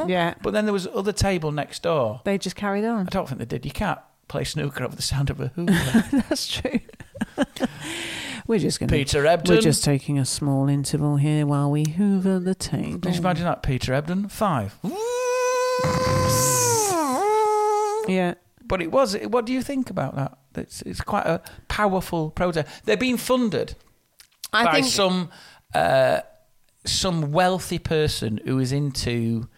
Yeah. But then there was other table next door. They just carried on. I don't think they did. You can't play snooker over the sound of a hoover. That's true. we're just going to. Peter Ebden. We're just taking a small interval here while we hoover the table. Just imagine that, Peter Ebden. Five. Yeah. But it was. What do you think about that? It's, it's quite a powerful protest. They're being funded I by think some uh, some wealthy person who is into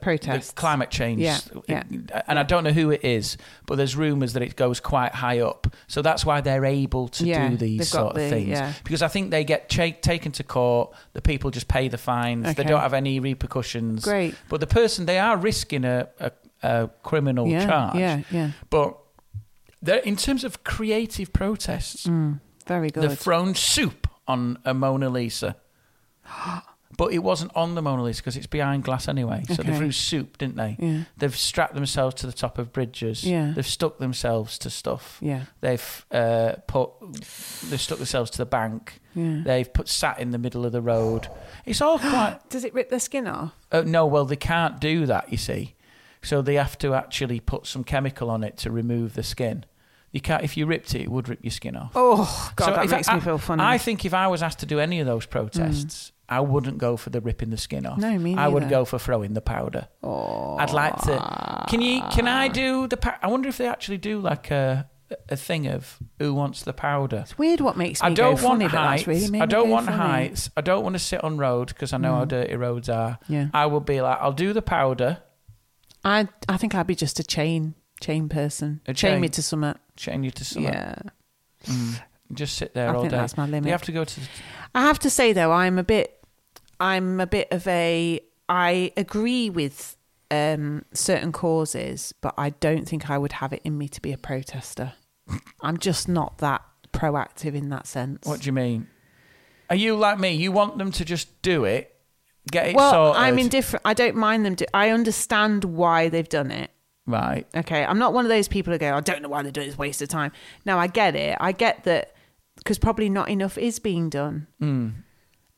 protests. the climate change. Yeah, yeah. And I don't know who it is, but there's rumours that it goes quite high up. So that's why they're able to Yeah, do they've these got sort of the- things. yeah. Because I think they get cha- taken to court, the people just pay the fines, Okay. they don't have any repercussions. Great. But the person, they are risking a, a, a criminal Yeah, charge. yeah, yeah. But they're- in terms of creative protests, Mm, Very good. they've thrown soup on a Mona Lisa. But it wasn't on the Mona Lisa because it's behind glass anyway. So they Okay. threw soup, didn't they? Yeah. They've strapped themselves to the top of bridges. Yeah. They've stuck themselves to stuff. Yeah. They've uh, put. They've stuck themselves to the bank. Yeah. They've put sat in the middle of the road. It's all quite. Does it rip the skin off? Uh, no, well, they can't do that, you see. So they have to actually put some chemical on it to remove the skin. You can't. If you ripped it, it would rip your skin off. Oh God, So that if I- makes I- me feel funny. I think if I was asked to do any of those protests, I wouldn't go for the ripping the skin off. No, me I would neither. go for throwing the powder. Oh. I'd like to. Can you? Can I do the? pow- I wonder if they actually do like a a thing of who wants the powder. it's weird what makes me I don't go want funny, but heights. that's really made I me don't go want funny. Mm. heights. I don't want to sit on road because I know how dirty roads are. Yeah. I will be like, I'll do the powder. I I think I'd be just a chain chain person. A chain. chain. me to summit. Chain you to somewhere. Yeah. Just sit there I all think day. that's my limit. You have to go to. The, I have to say though, I'm a bit, I'm a bit of a, I agree with um, certain causes, but I don't think I would have it in me to be a protester. I'm just not that proactive in that sense. what do you mean? Are you like me? You want them to just do it, get it well, sorted. I'm indifferent. I don't mind them. Do- I understand why they've done it. Right. Okay, I'm not one of those people who go, I don't know why they're doing this waste of time. No, I get it. I get that because probably not enough is being done. Mm.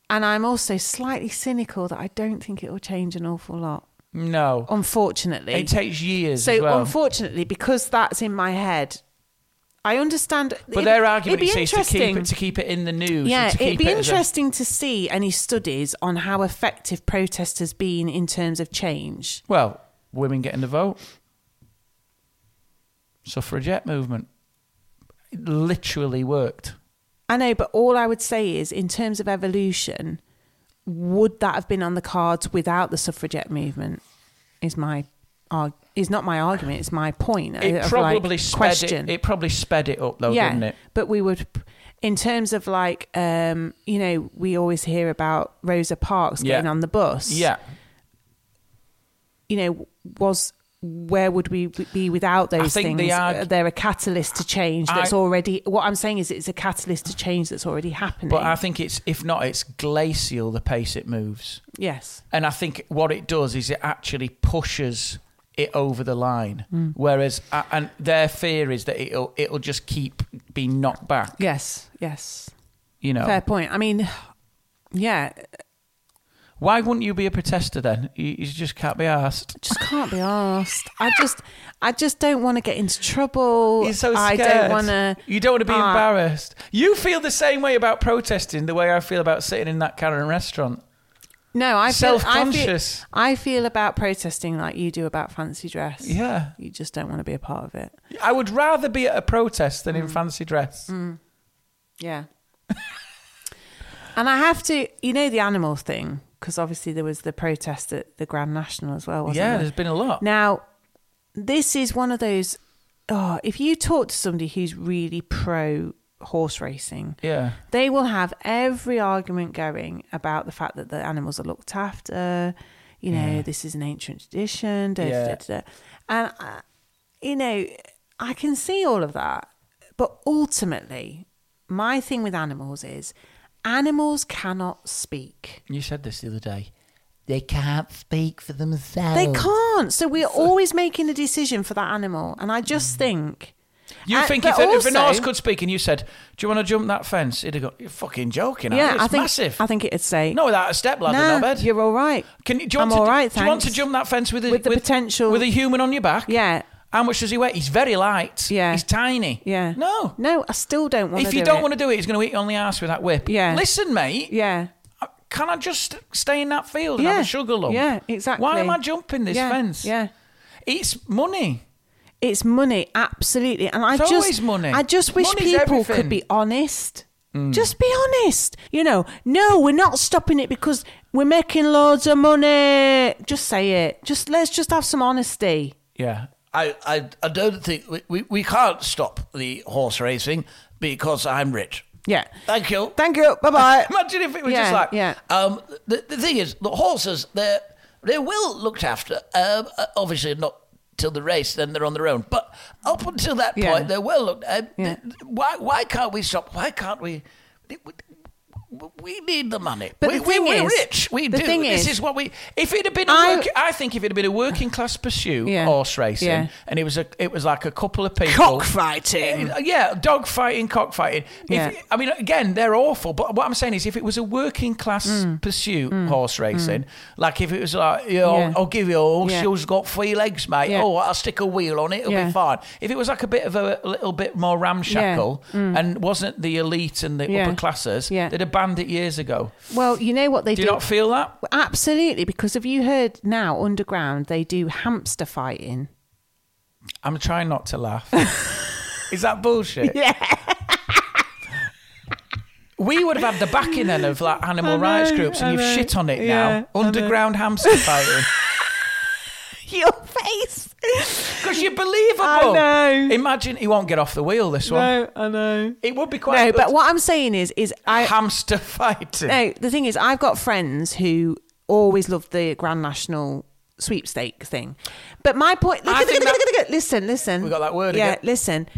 And I'm also slightly cynical that I don't think it will change an awful lot, No. unfortunately. It takes years so, as well. unfortunately, because that's in my head, I understand. but it'd- their it'd argument be is to keep interesting. it to keep it in the news. Yeah, and to it'd keep be it as a- interesting to see any studies on how effective protest has been in terms of change. well, women getting the vote, suffragette movement, it literally worked. I know, but all I would say is, in terms of evolution, would that have been on the cards without the suffragette movement? Is my arg- is not my argument. It's my point. It of, like, probably sped question. it, it. probably sped it up though, yeah, Oh, didn't it? but we would, in terms of like, um, you know, we always hear about Rosa Parks Yeah. getting on the bus. Yeah. you know, was where would we be without those think things? the arg- Uh, They're a catalyst to change that's I- already. What I'm saying is, it's a catalyst to change that's already happening. But I think it's if not, it's glacial the pace it moves. yes, And I think what it does is it actually pushes it over the line. Mm. Whereas, uh, and their fear is that it'll it'll just keep being knocked back. yes, yes. You know, Fair point. I mean, yeah, why wouldn't you be a protester then? You, you just can't be asked. just can't be asked. I just, I just don't want to get into trouble. You're so I scared. don't want to. You don't want to be Ah. embarrassed. You feel the same way about protesting the way I feel about sitting in that Karen restaurant. No, I feel, Self-conscious. I feel, I feel about protesting like you do about fancy dress. Yeah. you just don't want to be a part of it. I would rather be at a protest Mm. than in fancy dress. Yeah. and I have to, you know, the animal thing, because obviously there was the protest at the Grand National as well, wasn't yeah, there? there's been a lot. Now, this is one of those. Oh, if you talk to somebody who's really pro horse racing, Yeah. they will have every argument going about the fact that the animals are looked after. You know, this is an ancient tradition. Da, Yeah. da, da, da. And, I, you know, I can see all of that. But ultimately, my thing with animals is animals cannot speak. You said this the other day. They can't speak for themselves. They can't. So we're always making a decision for that animal. And I just think. You And- think but if, a- if an also- horse could speak and you said, "Do you want to jump that fence?" He'd have gone, "You're fucking joking." Yeah, Yeah, it's I think, massive. I think it'd say. Not without a step ladder, "Nah, knobhead. you're all right. Can you, do you I'm want to, all right, do you want to thanks." jump that fence with a, With the potential- with a human on your back? Yeah. How much does he weigh? He's very light. Yeah. He's tiny. Yeah. No. No, I still don't want to If you do don't it. want to do it, he's going to eat you on the ass with that whip. Yeah. Listen, mate. Yeah. Can I just stay in that field and have Yeah. a sugar lump? Yeah, exactly. Why am I jumping this yeah. fence? Yeah. It's money. It's money, absolutely. And I It's just always money. I just wish Money's people everything. Mm. could be honest. Just be honest. You know, no, we're not stopping it because we're making loads of money. Just say it. Just let's just have some honesty. Yeah. I, I, I don't think we, we, we can't stop the horse racing because I'm rich. Yeah. Thank you. Thank you. Bye bye. Imagine if it was Yeah, just like, yeah. Um, the, the thing is, the horses, they're, they're well looked after. Um, uh, obviously, not till the race, then they're on their own. But up until that Yeah. point, they're well looked uh, Yeah. th- Why, why can't we stop? Why can't we? We need the money. But we, the thing we, we're is- rich. We the do. thing this is- is, what we. If it had been, a I- work, I think if it had been a working class pursuit, Yeah. horse racing, Yeah. and it was a, it was like a couple of people Cockfighting. Uh, yeah, dog fighting, cock fighting. If, Um, Yeah. I mean, again, they're awful. But what I'm saying is, if it was a working class Mm. pursuit, horse racing, like if it was like, you know, Yeah. I'll give you a horse, Yeah. you'll got three legs, mate. Yeah. Oh, I'll stick a wheel on it, it'll Yeah. be fine. If it was like a bit of a, a little bit more ramshackle and wasn't the elite and the Mm. Yeah. upper classes, Yeah. they'd have banned it years ago. Well, you know what they Do do. you not feel that? Absolutely, because have you heard now underground they do hamster fighting? I'm trying not to laugh. Is that bullshit? Yeah. We would have had the backing then of like animal rights groups, and you've shit on it Yeah, now. Underground hamster fighting. Your face. Because you're believable. I know. Imagine he won't get off the wheel this one. No, I know. It would be quite No, good. but what I'm saying is, is I hamster fighting. no. The thing is, I've got friends who always love the Grand National sweepstake thing. But my point, look, I look, think look, look, that- look, look, listen, listen. We got that word Yeah, again. listen.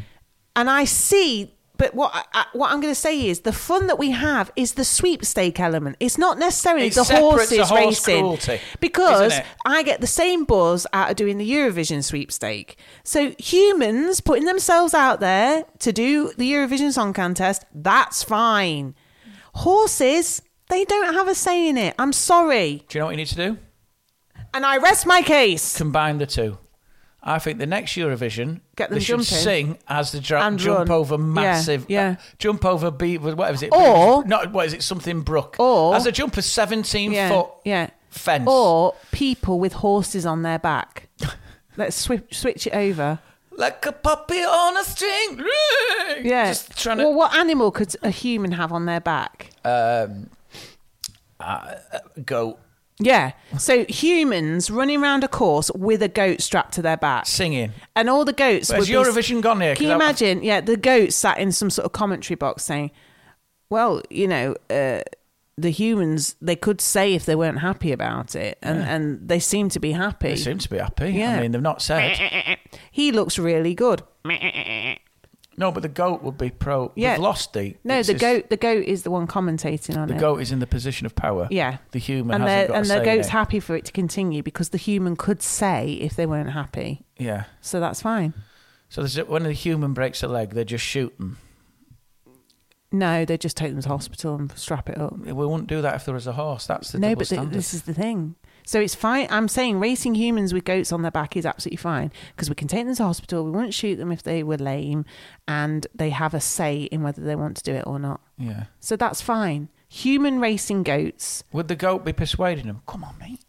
And I see, but what I- I, what I'm going to say is, the fun that we have is the sweepstake element. It's not necessarily It the separates horses the horse racing cruelty, because isn't it? I get the same buzz out of doing the Eurovision sweepstake. So humans putting themselves out there to do the Eurovision Song Contest, that's fine. Horses, they don't have a say in it. I'm sorry. Do you know what you need to do? And I rest my case. Combine the two. I think the next Eurovision, Get them they should jumping. sing as the dra- And jump run. over Yeah, massive, uh, yeah. jump over beat. What is it? Or- not what is it? Something brook. Or- as a jumper, seventeen Yeah, foot yeah. fence. Or people with horses on their back. Let's swi- switch it over. like a puppy on a string. Yeah. Just trying to Well, what animal could a human have on their back? go Yeah. So humans running around a course with a goat strapped to their back. singing. And all the goats. Has would be- Eurovision gone here? Can 'Cause you I- imagine? Yeah, the goat sat in some sort of commentary box saying, "Well, you know, uh, the humans they could say if they weren't happy about it, and and they seem to be happy. They seem to be happy. I Yeah. mean, they've not said. he looks really good. No, but the goat would be pro. Yeah. We've lost the. No, it's the just- goat, the goat is the one commentating on The it. goat is in the position of power. Yeah. The human and hasn't the got and a the say in goat's it. happy for it to continue because the human could say if they weren't happy, Yeah. so that's fine. So there's, when the human breaks a leg, they just shoot them. No, they just take them to hospital and strap it up. We wouldn't do that if there was a horse. That's the no, double but th- standard. this is the thing. So it's fine. I'm saying racing humans with goats on their back is absolutely fine because we can take them to hospital. We won't shoot them if they were lame, and they have a say in whether they want to do it or not. Yeah. So that's fine. Human racing goats. Would the goat be persuading them? Come on, mate.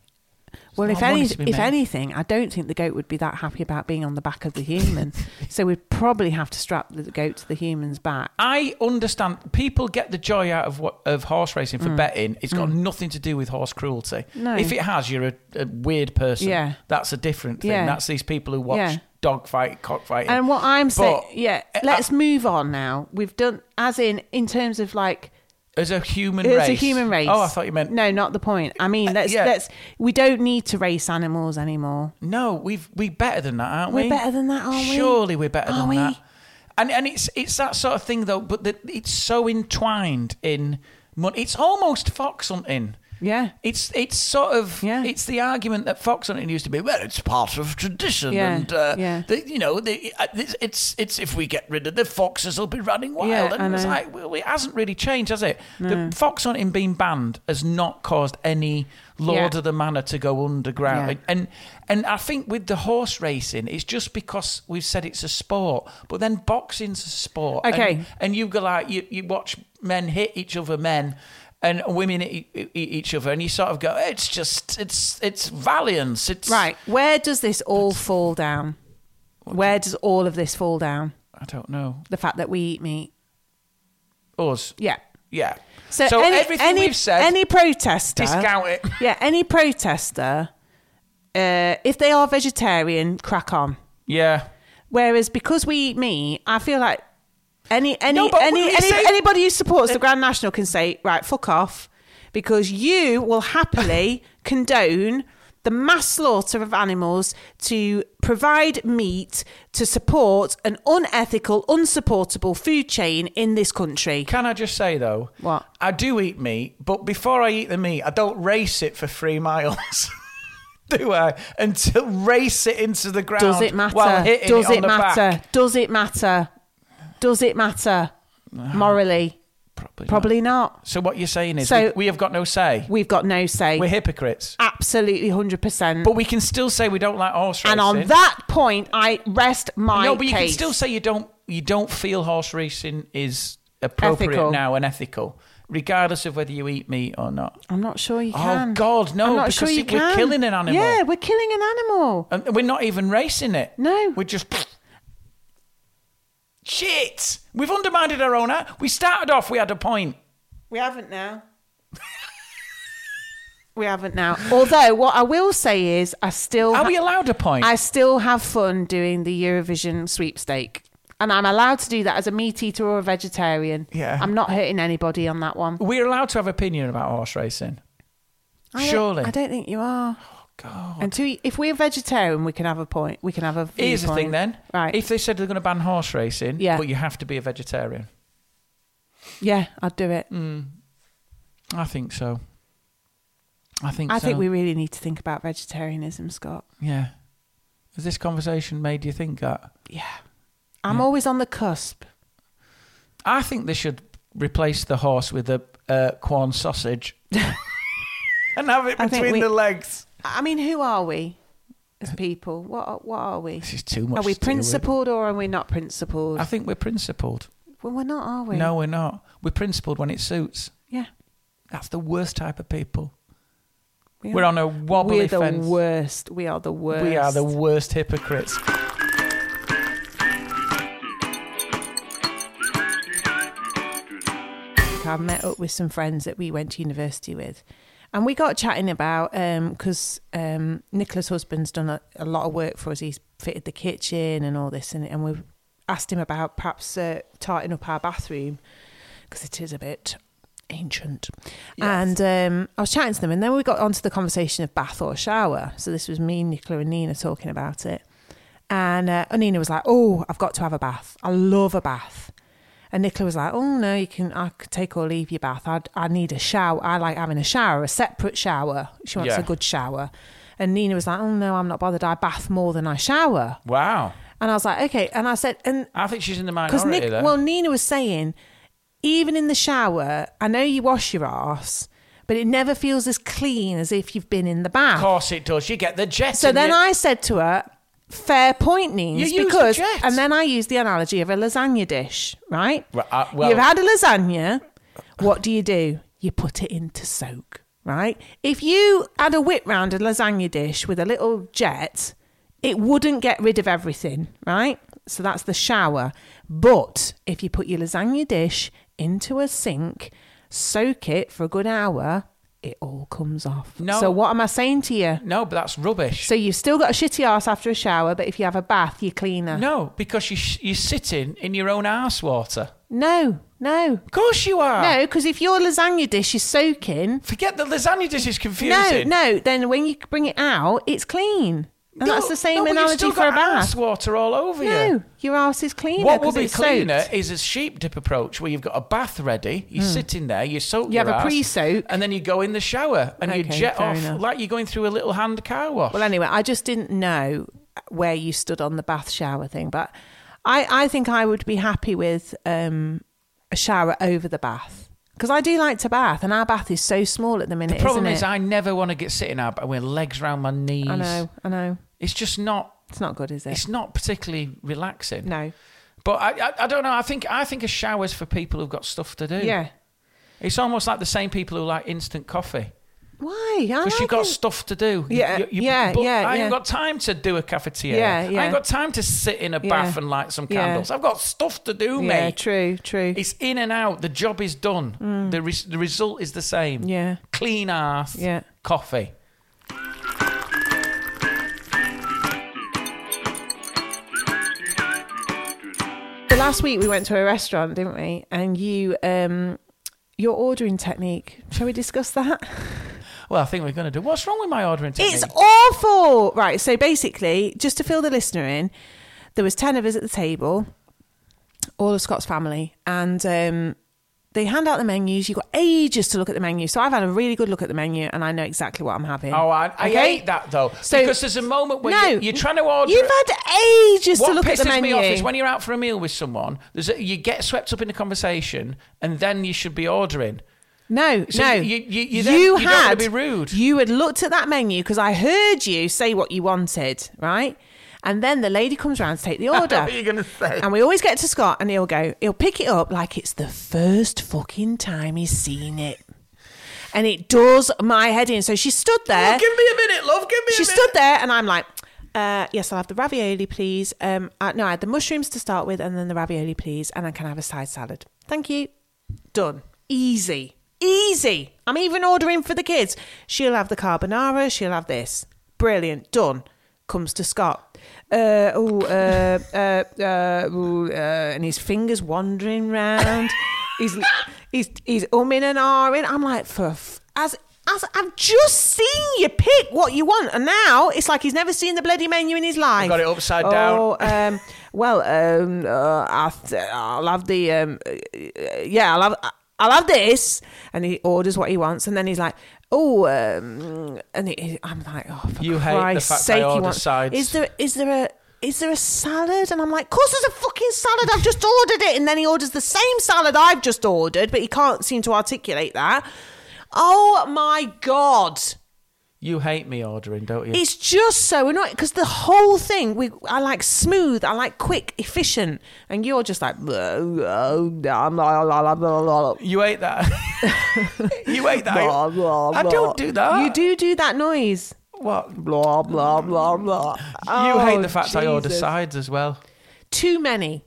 Well, There's if no money any, to be if made." anything, I don't think the goat would be that happy about being on the back of the human. so we'd probably have to strap the goat to the human's back. I understand people get the joy out of what of horse racing for betting. It's got nothing to do with horse cruelty. Mm. No. If it has, you're a, a weird person. Yeah. That's a different thing. Yeah. That's these people who watch Yeah. dog fight, cock fighting. And what I'm saying, But- yeah, Uh, let's move on now. We've done, as in, in terms of like, As a human it's race. a human race. Oh, I thought you meant. No, No, not the point. I mean, let's yeah. let's. We don't need to race animals anymore. we've we better than that, aren't we? We're better than that, aren't we? Surely we're better Are than we? that. And and it's it's that sort of thing though, but that it's so entwined in money. It's almost fox hunting. Yeah. It's it's sort of Yeah. it's the argument that fox hunting used to be. Well, it's part of tradition, Yeah, and uh, yeah. the, you know, the, uh, it's, it's it's if we get rid of the foxes, they'll be running wild. Yeah, I and it's know. like, Like, well, it hasn't really changed, has it? The fox hunting being banned has not caused any Lord Yeah. of the Manor to go underground. Yeah. And and I think with the horse racing, it's just because we've said it's a sport, but then boxing's a sport. And- Okay. And, you go like you, you watch men hit each other, men. And women hit e- e- each other, and you sort of go, it's just, it's, it's valiance. It's Right. Where does this all fall down? Where does all of this fall down? I don't know, The fact that we eat meat. us. Yeah. Yeah. So, any, everything any, we've said, any protester, discount it. yeah, any protester, uh, if they are vegetarian, crack on. Yeah. Whereas because we eat meat, I feel like any any No, but any, we any say- anybody who supports the Grand National can say, right, fuck off, because you will happily condone the mass slaughter of animals to provide meat to support an unethical, unsupportable food chain in this country. Can I just say though? What? I do eat meat, but before I eat the meat, I don't race it for three miles. do I? Until race it into the ground. Does it matter? While hitting Does it, on it the back. matter? Does it matter? Does it matter? Morally, Probably. probably not. not. So what you're saying is, So- we, we have got no say. We've got no say. We're hypocrites, Absolutely, hundred percent. but we can still say we don't like horse And racing. on that point, I rest my no, but you can case. still say you don't. You don't feel horse racing is appropriate Ethical. now and ethical, regardless of whether you eat meat or not. I'm not sure you Oh, can. God, no, I'm not because sure you it- we're can. killing an animal. Yeah, we're killing an animal. And we're not even racing it. No. We're just. Shit! We've undermined our own. a- We started off, we had a point. We haven't now. we haven't now. Although what I will say is, I still Are ha- we allowed a point? I still have fun doing the Eurovision sweepstake. And I'm allowed to do that as a meat eater or a vegetarian. Yeah. I'm not hurting anybody on that one. We're allowed to have opinion about horse racing. I don't- Surely. Oh, I don't think you are. God. And to, if we're vegetarian, we can have a point. We can have a. Here's the thing viewpoint. then. Right. If they said they're going to ban horse racing, Yeah. but you have to be a vegetarian. yeah, I'd do it. I think so. I think I so. think we really need to think about vegetarianism, Scott. Yeah. Has this conversation made you think that? I'm always on the cusp. I think they should replace the horse with a uh, corn sausage and have it I think between we- the legs. I mean, who are we as people? What are, what are we? This is too much. Are we to deal with. principled or are we not principled? I think we're principled. well, we're not, are we? No, we're not. We're principled when it suits. Yeah. That's the worst type of people. We We're are. on a wobbly We're the fence. worst. We are the worst. we are the worst hypocrites. I met up with some friends that we went to university with, and we got chatting about because um, Nicola's husband's done a, a lot of work for us. He's fitted the kitchen and all this, and, and we asked him about perhaps uh, tarting up our bathroom because it is a bit ancient. And um, I was chatting to them, and then we got onto the conversation of bath or shower. So this was me, Nicola, and Nina talking about it. And uh, Nina was like, "Oh, I've got to have a bath. I love a bath." And Nicola was like, "Oh no, you can. I could take or leave your bath. I I need a shower. I like having a shower, a separate shower. She wants Yeah. a good shower." And Nina was like, "Oh no, I'm not bothered. I bath more than I shower." Wow. And I was like, "Okay." And I said, "And I think she's in the because minority Nick, there. well, Nina was saying, even in the shower, I know you wash your ass, but it never feels as clean as if you've been in the of bath. course it does. You get the jet. So in then it. I said to her, fair point, Nines, You used the because, jet. and then I used the analogy of a lasagna dish, right? Well, uh, well- You've had a lasagna. What do you do? You put it into soak, right? If you had a whip round a lasagna dish with a little jet, it wouldn't get rid of everything, right? So that's the shower. But if you put your lasagna dish into a sink, soak it for a good hour, it all comes off. No. So what am I saying to you? No, but that's rubbish. So you've still got a shitty ass after a shower, but if you have a bath, you're cleaner. no, because you sh- you're sitting in your own arse water. no, no, Of course you are. no. Because if your lasagna dish is soaking, Forget the lasagna dish is no, confusing. no. Then when you bring it out, it's clean, and that's the same no, but analogy you've still for a got bath. arse water all over you. No, your ass is cleaner. What will 'cause be it's cleaner soaked. Hmm. is a sheep dip approach where you've got a bath ready, you're sitting there, you soak You have your a arse, pre-soak. and then you go in the shower and you Okay, jet fair off enough. like you're going through a little hand car wash. Well, anyway, I just didn't know where you stood on the bath shower thing, but I, I think I would be happy with um, a shower over the bath because I do like to bath, and our bath is so small at the minute. the problem isn't is it? I never want to get sitting up and with legs round my knees. I know, I know, It's just not. it's not good, is it? It's not particularly relaxing. no, But I, I, I don't know. I think I think a shower's for people who've got stuff to do. yeah. It's almost like the same people who like instant coffee. Why? I Because like you've got it. stuff to do. You- Yeah, you- you- yeah, but yeah, I ain't yeah. got time to do a cafetiere. Yeah, I yeah. ain't got time to sit in a Yeah. bath and light some Yeah. candles. I've got stuff to do, yeah, mate. true, true. It's in and out. The job is done. The, res- the result is the same. Yeah. Clean arse. Yeah. Coffee. So last week we went to a restaurant, didn't we? And you, um, your ordering technique. Shall we discuss that? Well, I think we're going to do. What's wrong with my ordering technique? It's awful. Right. So basically, just to fill the listener in, there was ten of us at the table, all of Scott's family, and um, they hand out the menus. You've got ages to look at the menu. So I've had a really good look at the menu, and I know exactly what I'm having. Oh, I, I Okay? hate that though. So- because there's a moment where no, you, you're trying to order. You've had ages what to look pisses at the me menu. off is when you're out for a meal with someone, there's a, you get swept up in a conversation, and then you should be ordering. No, So no. you- you- you then- you don't wanna be rude. You had looked at that menu because I heard you say what you wanted, right? And then the lady comes round to take the order. What are you gonna say? And we always get to Scott, and he'll go, he'll pick it up like it's the first fucking time he's seen it. And it does my head in. So she stood there. Give me a minute, love. Give me Uh, She a minute. stood there, and I'm like, uh, yes, I'll have the ravioli, please. Um, I, no, I had the mushrooms to start with, and then the ravioli, please. And I can have a side salad. Thank you. Done. Easy. Easy. I'm even ordering for the kids. She'll have the carbonara. She'll have this. Brilliant. Done. Comes to Scott. Uh, oh, uh, uh, uh, ooh, uh, and his fingers wandering round. he's he's he's umming and ahhing. I'm like, for f- as as I've just seen you pick what you want, and now it's like he's never seen the bloody menu in his life. got it upside oh, down. um, well, um, uh, I th- I'll have the um, uh, yeah, I'll have. I'll have this, and he orders what he wants, and then he's like, "Oh," um, and he- he, I'm like, "Oh, for You hate the Christ's fact sake, I he order wants." sides. Is there is there a is there a salad? And I'm like, "Course, there's a fucking salad. I've just ordered it." And then he orders the same salad I've just ordered, but he can't seem to articulate that. Oh my god! You hate me ordering, don't you? It's just so annoying because the whole thing we I like smooth, I like quick, efficient, and you're just like you you hate that. you hate that. I don't do that. You do do that noise. What? Blah blah blah blah. you hate Oh, the fact I order Jesus. sides as well. Too many,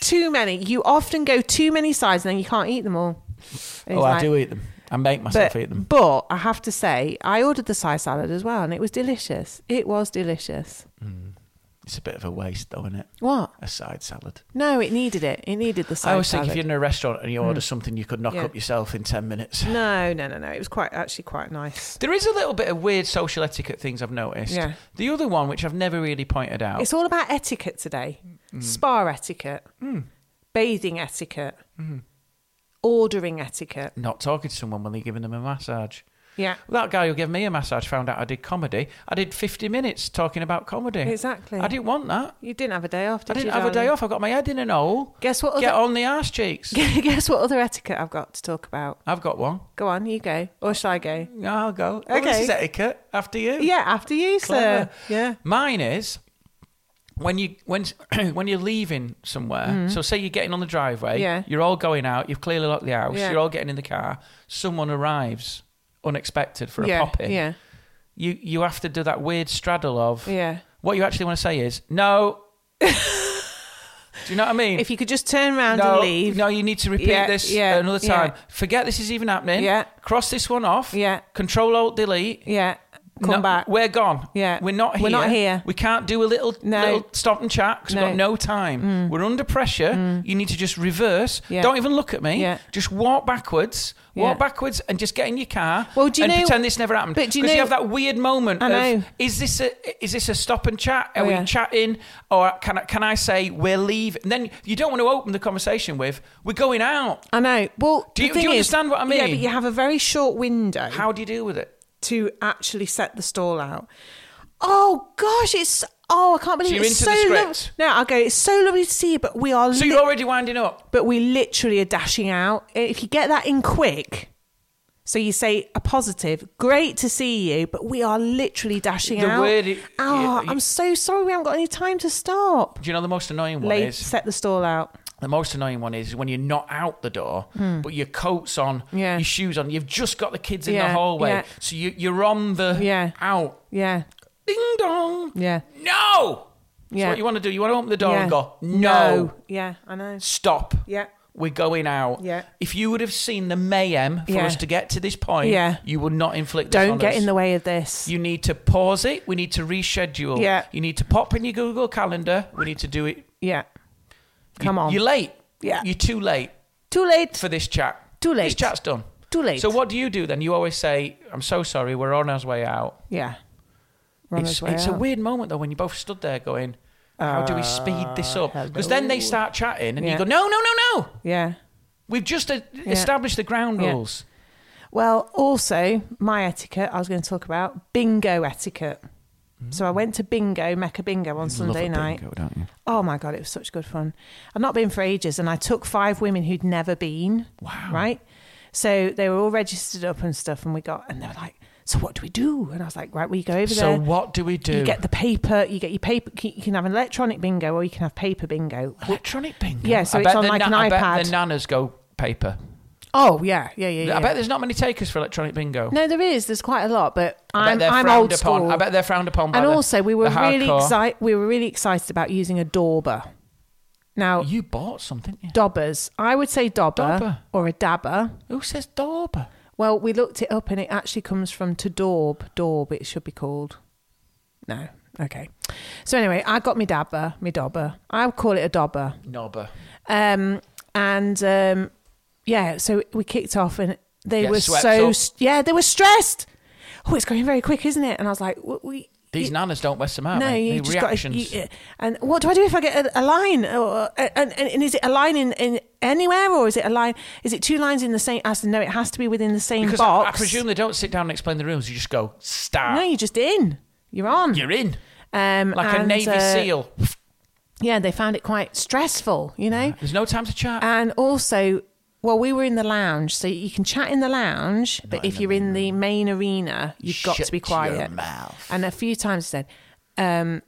too many. You often go too many sides and then you can't eat them all. Oh, I do eat them. I make myself But, eat them. but I have to say, I ordered the side salad as well, and it was delicious. It was delicious. It's a bit of a waste, though, isn't it? What? A side salad. No, it needed it. It needed the side I always salad. Mm. think if you're in a restaurant and you order something, you could knock Yeah. up yourself in ten minutes. No, no, no, no. It was quite actually quite nice. There is a little bit of weird social etiquette things I've noticed. Yeah. The other one, which I've never really pointed out, Mm. It's all about etiquette today. Spa etiquette, bathing etiquette, Mm. ordering etiquette. not talking to someone when they're giving them a massage. Yeah. That guy who gave me a massage found out I did comedy. I did 50 minutes talking about comedy. Exactly. I didn't want that. You didn't have a day off, did I didn't you, have a day darling? off. I got my head in an hole. Guess what Get other- on the arse cheeks. Guess what other etiquette I've got to talk about? I've got one. Go on, you go. Or shall I go? I'll go. Okay. this Okay. is etiquette. After you. Yeah, after you, sir. Clever. Yeah. Mine is when you when when you're leaving somewhere. So say you're getting on the driveway. Mm-hmm. Yeah. You're all going out. You've clearly locked the house. Yeah. You're all getting in the car. Someone arrives unexpected for a yeah. pop in. Yeah. You you have to do that weird straddle of Yeah. What you actually want to say is no. Do you know what I mean? If you could just turn around no, and leave. no, you need to repeat Yeah, this yeah, another yeah. time. Forget this is even happening. Yeah. Cross this one off. Yeah. Control Alt Delete. Yeah. Come No, back. We're gone. Yeah. We're not here. We're not here. We can't do a little, No. little stop and chat because No. Mm. we've got no time. We're under pressure. You need to just reverse. Yeah. Don't even look at me. Yeah. Just walk backwards. Walk Yeah. backwards and just get in your car Well, do you and know- pretend this never happened. but do you 'Cause know- have that weird moment I know. of is this a is this a stop and chat? Are Oh, we yeah. chatting or can I, can I say we're leaving? And then you don't want to open the conversation with we're going out. I know. Well, Do the you- do you thing is- understand what I Yeah, mean? but you have a very short window How do you deal with it? to actually set the stall out. Oh gosh, it's oh I can't believe So you're it's into the so script? lovely. No, I go. It's so lovely to see you, but we are. So li- you're already winding up. but we literally are dashing out. If you get that in quick, so you say a positive, great to see you, but we are literally dashing The out. word it- oh, yeah, you- I'm so sorry, we haven't got any time to stop. Do you know the most annoying one Late, is set the stall out. the most annoying one is when you're not out the door, but your coat's on, Hmm. Yeah. your shoes on, you've just got the kids in Yeah, the hallway, yeah. so you, you're on the Yeah. out. Yeah, Ding dong. yeah, No. That's Yeah. what you want to do. You want to open the door yeah. and go no. yeah, I know. stop. Yeah. We're going out. Yeah. If you would have seen the mayhem for Yeah. us to get to this point, Yeah. you would not inflict this Don't on get us. in the way of this. You need to pause it. We need to reschedule. Yeah. You need to pop in your Google Calendar. We need to do it. yeah, You- come on. You're late. Yeah. You're too late Too late. for this chat. Too This late. chat's done. Too late. So what do you do then? You always say, "I'm so sorry. We're on our way out." Yeah. We're on it's his way it's a out. weird moment though when you both stood there going, "How do we speed this up?" Because then they start chatting, and you Ah, Yeah. go, "No, no, no, no." Yeah. We've just uh, established the ground Yeah. rules. Well, also, my etiquette, I was going to talk about bingo etiquette. Mm. So I went to bingo, Mecca Bingo, on Sunday night. Oh my God, it was such good fun. I'd not been for ages, and I took five women who'd never been. Wow. Right? So they were all registered up and stuff, and we got, and they were like, so what do we do? And I was like, right, we go over So there. what do we do? You get the paper, you get your paper, you can have an electronic bingo or you can have paper bingo. Oh. electronic bingo. Yeah, so I it's bet on the like an I bet iPad. the nanas go paper. Oh, yeah, yeah, yeah, yeah. I bet there's not many takers for electronic bingo. No, there is. There's quite a lot, but I bet I'm, they're I'm frowned old upon. school. I bet they're frowned upon. By and the- also, we were the really hardcore. excited. We were really excited about using a dauber. Now, You bought something. Yeah. daubers. I would say dauber, Dauber. or a dabber. Who says dauber? Well, we looked it up, and it actually comes from to daub. Daub. It should be called. No. Okay. So anyway, I got me dabber, me dauber. I would call it a dauber. Nobber. Um, and um, yeah, so we kicked off, and they Get were swept so up. st- yeah, they were stressed. Oh, it's going very quick, isn't it? And I was like, "W- we. These nanas don't mess them out. no, mate. you The just reactions. got to. And what do I do if I get a, a line? Or, and, and, and is it a line in, in anywhere, or is it a line? Is it two lines in the same? I said no, it has to be within the same because I- box. I presume they don't sit down and explain the rules. You just go start. No, you're just in. You're on. You're in um, like a and, navy uh, seal. Yeah, they found it quite stressful. You know. There's no time to chat. And also, well, we were in the lounge, so you can chat in the lounge, but if you're in the main arena, you've got Shut to be quiet. your mouth. And a few times said, um,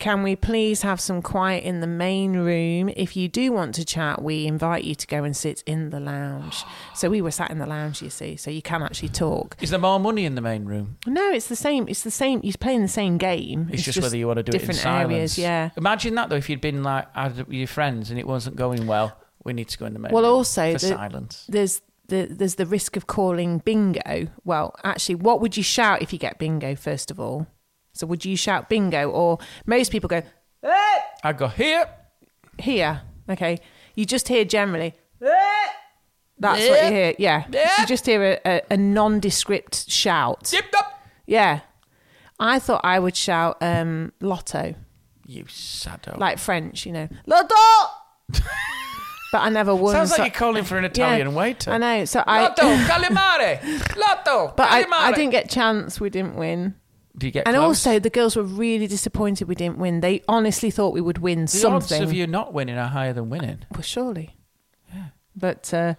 can we please have some quiet in the main room? If you do want to chat, we invite you to go and sit in the lounge. So we were sat in the lounge, you see, so you can actually talk. Is there more money in the main room? No, it's the same. It's the same. You're playing the same game. It's, just, whether you want to do it in different silence. areas. Yeah. Imagine that though, if you'd been like had it with your friends and it wasn't going well, we need to go in the main. Well, room also for the- silence. There's the there's the risk of calling bingo. Well, actually, what would you shout if you get bingo? First of all, so would you shout bingo, or most people go "Eh!" I go here. here? Okay, you just hear generally. "Eh!" That's what you hear. Yeah, you just hear a, a, a nondescript shout. Zip up. Yeah, I thought I would shout um, lotto, You sado. like French, you know, lotto. but I never won. Sounds like so- you're calling for an Yeah, Italian waiter. I know. So I. Lotto, calamare, lotto, But I, calamare. I didn't get chance. We didn't win. Do you get And close? also, the girls were really disappointed we didn't win. They honestly thought we would win the something. odds of you not winning are higher than winning. Well, surely. But uh,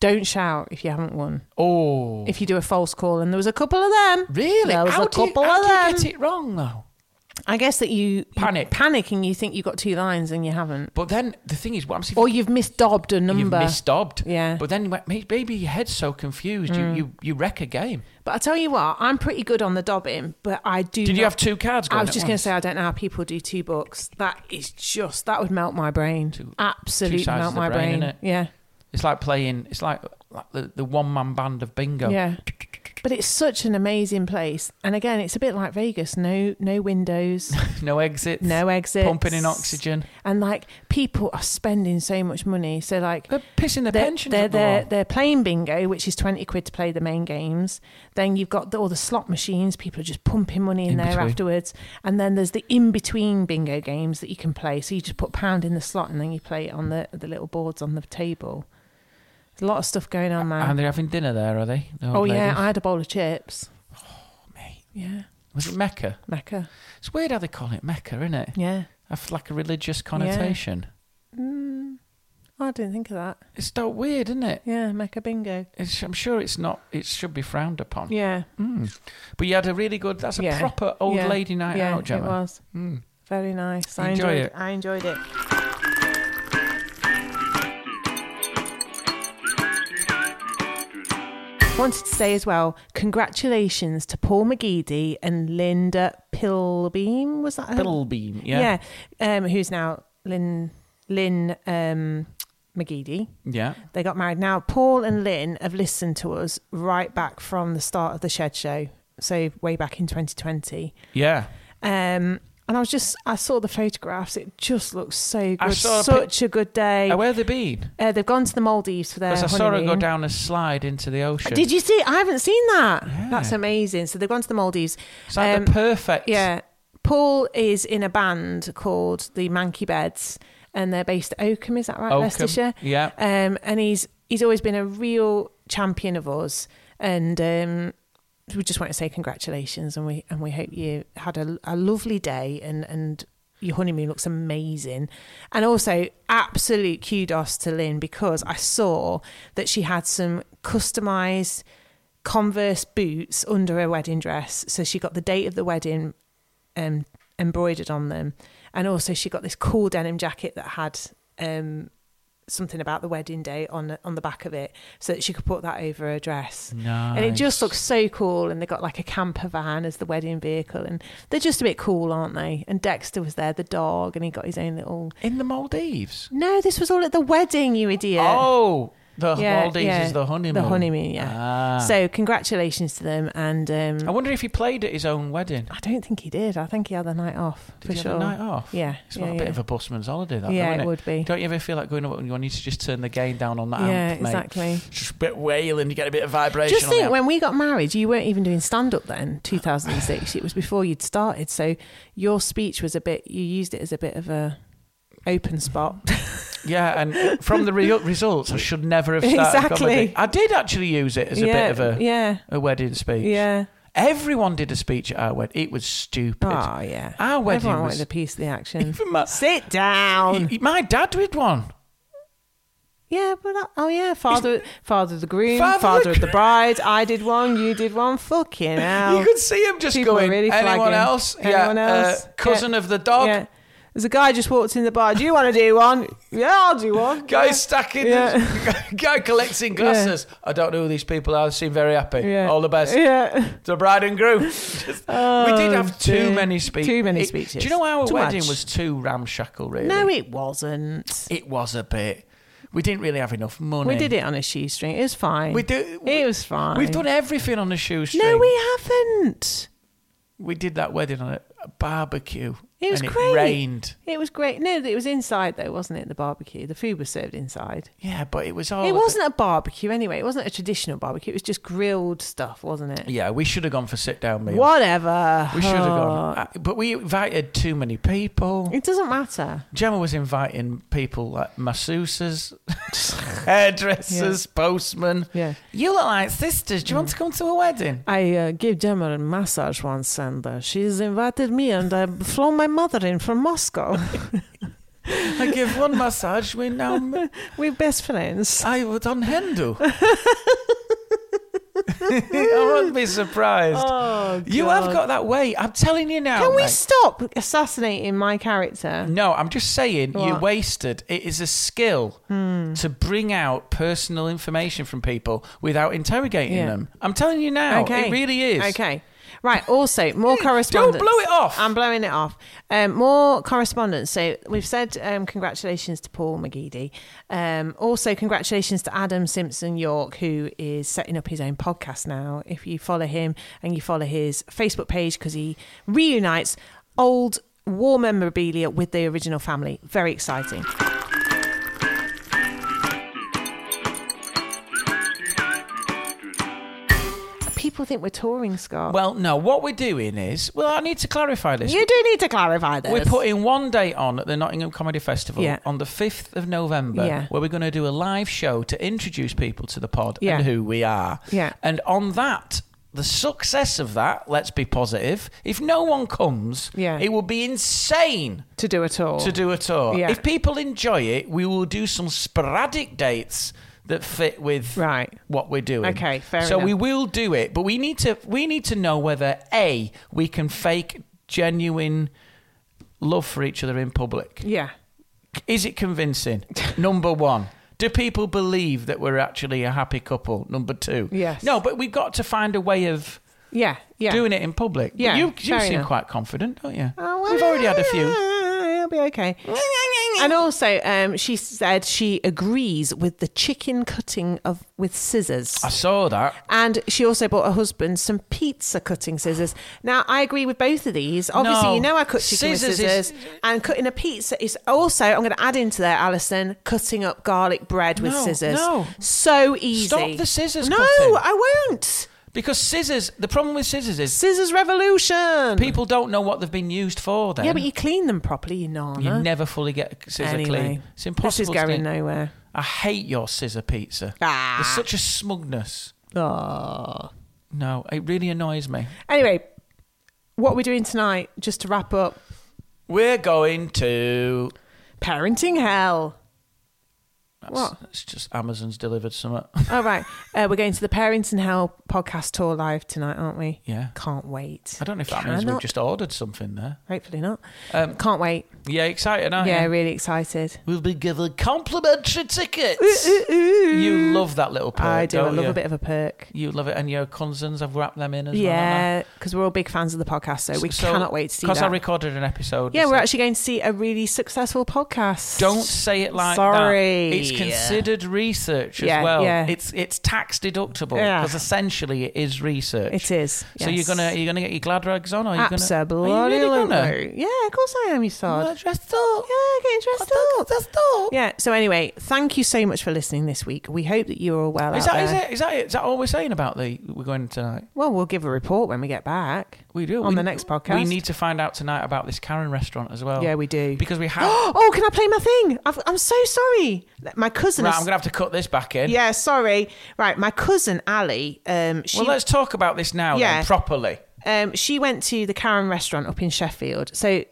don't shout if you haven't won. Oh, If you do a false call, and there was a couple of them. really? There was how a do you, couple how of do you them. get it wrong though? I guess that you you Panic. panic, and you think you've got two lines and you haven't, But then the thing is, what I'm saying, or you've misdobbed a you've number. misdobbed. Yeah. Mm. But then you went, "Mate, maybe your head's so confused, you, you you wreck a game. But I tell you what, I'm pretty good on the dobbing, but I do. Did you not- have two cards going I was at just going to once? say I don't know how people do two books. That is just that would melt my brain. Two- two Absolutely sides melt of the my brain, brain. innit? Yeah, It's like playing. It's like, like the, the one man band of bingo. yeah. But it's such an amazing place, and again, it's a bit like Vegas. No, no windows, No exits. no exits, Pumping in oxygen. and like people are spending so much money. So like They're pissing their they're, pensions they're, up the they're, wall. they're playing bingo, which is 20 quid to play the main games. Then you've got the, all the slot machines. People are just pumping money in, In there between. afterwards. And then there's the in between bingo games that you can play. So you just put pound in the slot and then you play it on the, the little boards on the table. There's a lot of stuff going on, Oh, man. And they're having dinner there, are they? The old oh, yeah. ladies? I had a bowl of chips. Mate, Yeah. was it Mecca? Mecca. It's weird how they call it Mecca, isn't it? Yeah. Have like a religious connotation. I didn't think of that. It's so weird, isn't it? Yeah. Mecca bingo. It's, I'm sure it's not. It should be frowned upon. Hmm. Yeah. But you had a really good. That's a yeah. proper old Yeah. lady night yeah, out, Gemma. Hmm. It was. Uh-huh. Very nice. I Enjoy enjoyed it. it. I enjoyed it. Wanted to say as well, congratulations to Paul McGeady and Linda Pilbeam. Was that her? Billbeam, yeah. Yeah. Um, who's now Lynn Lynn um, McGeady. Yeah. They got married. Now, Paul and Lynn have listened to us right back from the start of the Shed Show. So, way back in 2020. Yeah. Um, and I was just, I saw the photographs. It just looks so I good. saw a Such a good day. Oh, where have they been? Uh, they've gone to the Maldives for their Because I honeymoon. saw her go down a slide into the ocean. Did you see? I haven't seen that. Yeah. That's amazing. So they've gone to the Maldives. It's like Um, the perfect. Yeah. Paul is in a band called the Mankey Beds, and they're based at Oakham. Is that right, Oakham, Leicestershire? yeah. Um, and he's he's always been a real champion of us, and um, we just want to say congratulations, and we and we hope you had a, a lovely day, and and your honeymoon looks amazing, and also absolute kudos to Lynn because I saw that she had some customized. Converse boots under her wedding dress. So she got the date of the wedding um, embroidered on them. And also, she got this cool denim jacket that had um, something about the wedding day on on the back of it, so that she could put that over her dress. And it just Nice. looks so cool. And they got like a camper van as the wedding vehicle, and they're just a bit cool, aren't they? And Dexter was there, the dog, and he got his own little. In the Maldives. No, this was all at the wedding, you idiot. Oh, the Yeah, Maldives yeah. is the honeymoon. The honeymoon, yeah. Ah. So congratulations to them, and um, I wonder if he played at his own wedding. I don't think he did. I think he had the night off Did for he sure. have a night off? Yeah, It's like yeah, a bit yeah. of a busman's holiday, that. Yeah, though, it innit? would be. Don't you ever feel like going up and you need to just turn the gain down on that Yeah, amp, mate? exactly. Just a bit wailing, you get a bit of vibration. Just on think, the amp. when we got married, you weren't even doing stand up then, 2006. it was before you'd started, so your speech was a bit. You used it as a bit of a open spot. Yeah, and from the re- results, I should never have started Exactly. comedy. I did actually use it as a Yeah, bit of a yeah. a wedding speech. yeah. Everyone did a speech at our wedding. It was stupid. Oh yeah. Our wedding Everyone was- wanted a piece of the action. Even my- Sit down. Y- My dad did one. Yeah, but that, oh yeah, father, father of the groom, Father of father, the of the gr- bride. I did one, you did one. Fucking hell. You could see him just People are going. really Anyone flagging. else? Anyone yeah. uh, else? cousin Yeah. of the dog. Yeah. There's a guy just walked in the bar. Do you want to do one? Yeah, I'll do one. Guy Yeah. stacking. Yeah. guy collecting glasses. I don't know who these people are. They seem very happy. Yeah. All the best. Yeah. The bride and groom. Just- we did have too dear. many speeches. Oh, Too many speeches. do you know our Too wedding much. was too ramshackle? Really. No, it wasn't. It was a bit. We didn't really have enough money. We did it on a shoestring. It was fine. We do. It was fine. We've done everything on a shoestring. No, we haven't. We did that wedding on a, a barbecue. It was and great. It rained. It was great. No, it was inside though, wasn't it? The barbecue. The food was served inside. Yeah, but it was all. a it bit- wasn't a barbecue anyway. It wasn't a traditional barbecue. It was just grilled stuff, wasn't it? yeah, we should have gone for sit down meal. Whatever. We should have gone, Oh, Uh, but we invited too many people. It doesn't matter. Gemma was inviting people like masseuses, hairdressers, postmen. Yeah. You look like sisters. Do you want to come to a wedding? I uh, gave Gemma a massage once, and uh, she's invited me, and I flew my mother in from Moscow. I give one massage. We now We're best friends. I was on Hindu. I wouldn't be surprised. you have got that way. I'm telling you now. Oh, Can we Oh, mate. stop assassinating my character? No, I'm just saying you're What? Hmm. wasted. It is a skill to bring out personal information from people without interrogating Yeah. them. I'm telling you now, Okay. it really is. Okay. Right. Also, more correspondence. blow it off. I'm blowing it off. Um, more correspondence. So we've said um, congratulations to Paul McGeady. Um, also, congratulations to Adam Simpson York, who is setting up his own podcast now. If you follow him and you follow his Facebook page, because he reunites old war memorabilia with the original family. Very exciting. People think we're touring, Scott. Well, no, what we're doing is, well, I need to clarify this. You do need to clarify this. We're putting one date on at the Nottingham Comedy Festival Yeah. on the 5th of November, Yeah. where we're going to do a live show to introduce people to the pod Yeah. and who we are. Yeah. And on that, the success of that, let's be positive, if no one comes, Yeah. it will be insane to do a tour. to do a tour. Yeah. If people enjoy it, we will do some sporadic dates that fit with Right. what we're doing. Okay, fair So enough. we will do it, but we need to we need to know whether a we can fake genuine love for each other in public. Yeah. Is it convincing? Number one. Do people believe that we're actually a happy couple? Number two. Yes. No, but we've got to find a way of Yeah. Yeah. doing it in public. But Yeah, You, you fair seem enough. quite confident, don't you? Oh, well, We've already had a few. It'll be okay. and also, um, she said she agrees with the chicken cutting of with scissors. I saw that. And she also bought her husband some pizza cutting scissors. Now, I agree with both of these. Obviously, No. you know I cut chicken Scissors with is- scissors. And cutting a pizza is also, I'm going to add into there, Alison, cutting up garlic bread with No, scissors. no. So easy. Stop the scissors No, cutting. I won't. Because scissors, the problem with scissors is Scissors revolution. people don't know what they've been used for. Then Yeah, but you clean them properly, you know. You never fully get a scissor clean. It's impossible. This is to going do. nowhere. I hate your scissor pizza. Ah. There's such a smugness. Oh. No, it really annoys me. Anyway, what we're doing tonight, just to wrap up, We're going to. parenting hell. That's, What? It's just Amazon's delivered something. All right, uh, we're going to the parenting hell podcast tour live tonight, aren't we? Yeah. Can't wait. I don't know if that means we've Cannot- just ordered something there. Um, Hopefully not. Can't wait. Oh, Yeah, excited, aren't Yeah, you? really excited. We'll be given complimentary tickets. You love that little perk. I do. I don't love you? a bit of a perk. You love it, and your cousins. I've wrapped them in as well. haven't I? Yeah, because we're all big fans of the podcast, so we So- cannot wait to see Because I that. recorded an episode. yeah, so- we're actually going to see a really successful podcast. Don't say it like Sorry. that. It's considered research as Yeah, well. yeah. It's it's tax deductible Yeah. because essentially it is research. It is. So you're yes. gonna you're gonna get your glad rags on, or you're Absolutely. gonna are you really gonna? Yeah, of course I am, you sod. Not dressed up. yeah, getting dressed up. up. Yeah, so anyway, thank you so much for listening this week. We hope that you're all well. Is out that is there. it? Is that it? Is that all we're saying about the we're going tonight? Well, we'll give a report when we get back. We do On We- the next podcast. We need to find out tonight about this Karen restaurant as well. Yeah, we do. because we have. Oh, can I play my thing? I've, I'm so sorry. My cousin. right, is- I'm gonna have to cut this back in. Yeah, sorry. Right, my cousin Ali. Um, she Well, let's talk about this now Yeah. then, properly. um, she went to the Karen restaurant up in Sheffield. So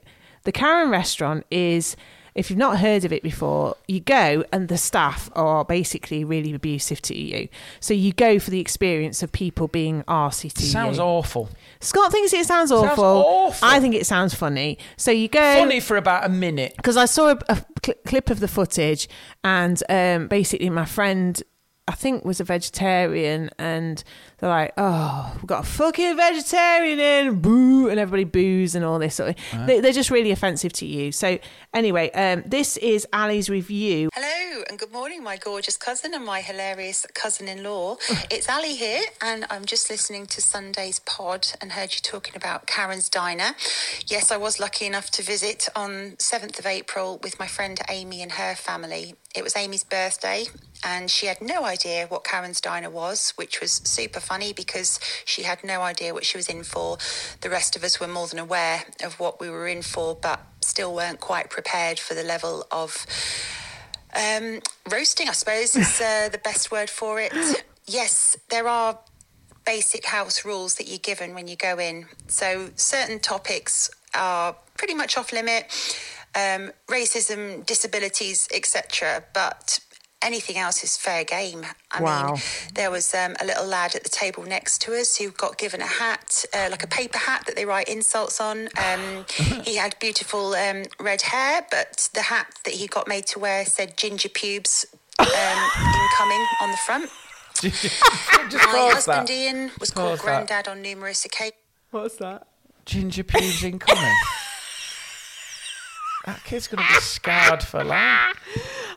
the Karen restaurant is, if you've not heard of it before, you go and the staff are basically really abusive to you. So you go for the experience of people being arsey to Sounds you. awful. Scott thinks it sounds awful. Sounds awful. I think it sounds funny. So you go Funny for about a minute. because I saw a, a cl- clip of the footage, and um, basically my friend, I think, was a vegetarian, and they're like, "Oh, we've got a fucking vegetarian in, boo!" and everybody boos and all this sort of. They, they're just really offensive to you. So anyway, um, this is Ali's review. Hello and good morning, my gorgeous cousin and my hilarious cousin in law. It's Ali here, and I'm just listening to Sunday's pod and heard you talking about Karen's Diner. Yes, I was lucky enough to visit on 7th of April with my friend Amy and her family. It was Amy's birthday, and she had no idea what Karen's Diner was, which was super funny because she had no idea what she was in for. The rest of us were more than aware of what we were in for, but still weren't quite prepared for the level of um, roasting, I suppose, is uh, the best word for it. Yes, there are basic house rules that you're given when you go in. So certain topics are pretty much off limit, um, racism, disabilities, etc. But anything else is fair game. I Wow. mean, there was um, a little lad at the table next to us who got given a hat, uh, like a paper hat that they write insults on. Um, he had beautiful um, red hair, but the hat that he got made to wear said ginger pubes um, incoming on the front. My pause husband that. Ian was called Pause that. Grandad on numerous occasions. What's that? Ginger pubes in common. that kid's gonna be scarred for life.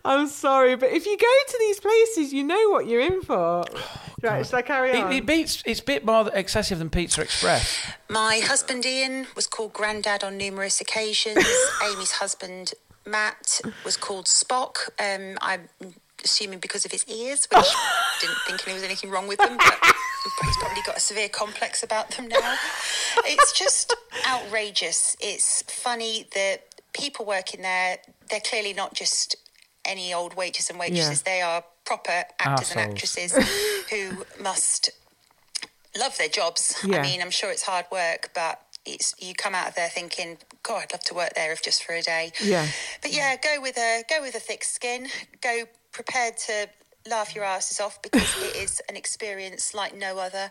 I'm sorry, but if you go to these places, you know what you're in for. right, shall I carry on? Oh, It, it beats. It's a bit more excessive than Pizza Express. My husband Ian was called Grandad on numerous occasions. Amy's husband Matt was called Spock. Um, I'm assuming because of his ears, which didn't think there was anything wrong with them, but he's probably got a severe complex about them now. It's just outrageous. It's funny that people working there, they're clearly not just any old waiters and waitresses, they are proper actors and Arseholes. actresses who must love their jobs. Yeah. I mean, I'm sure it's hard work, but it's you come out of there thinking, God, I'd love to work there if just for a day. Yeah. But yeah, go with a go with a thick skin. Go prepared to laugh your asses off because it is an experience like no other,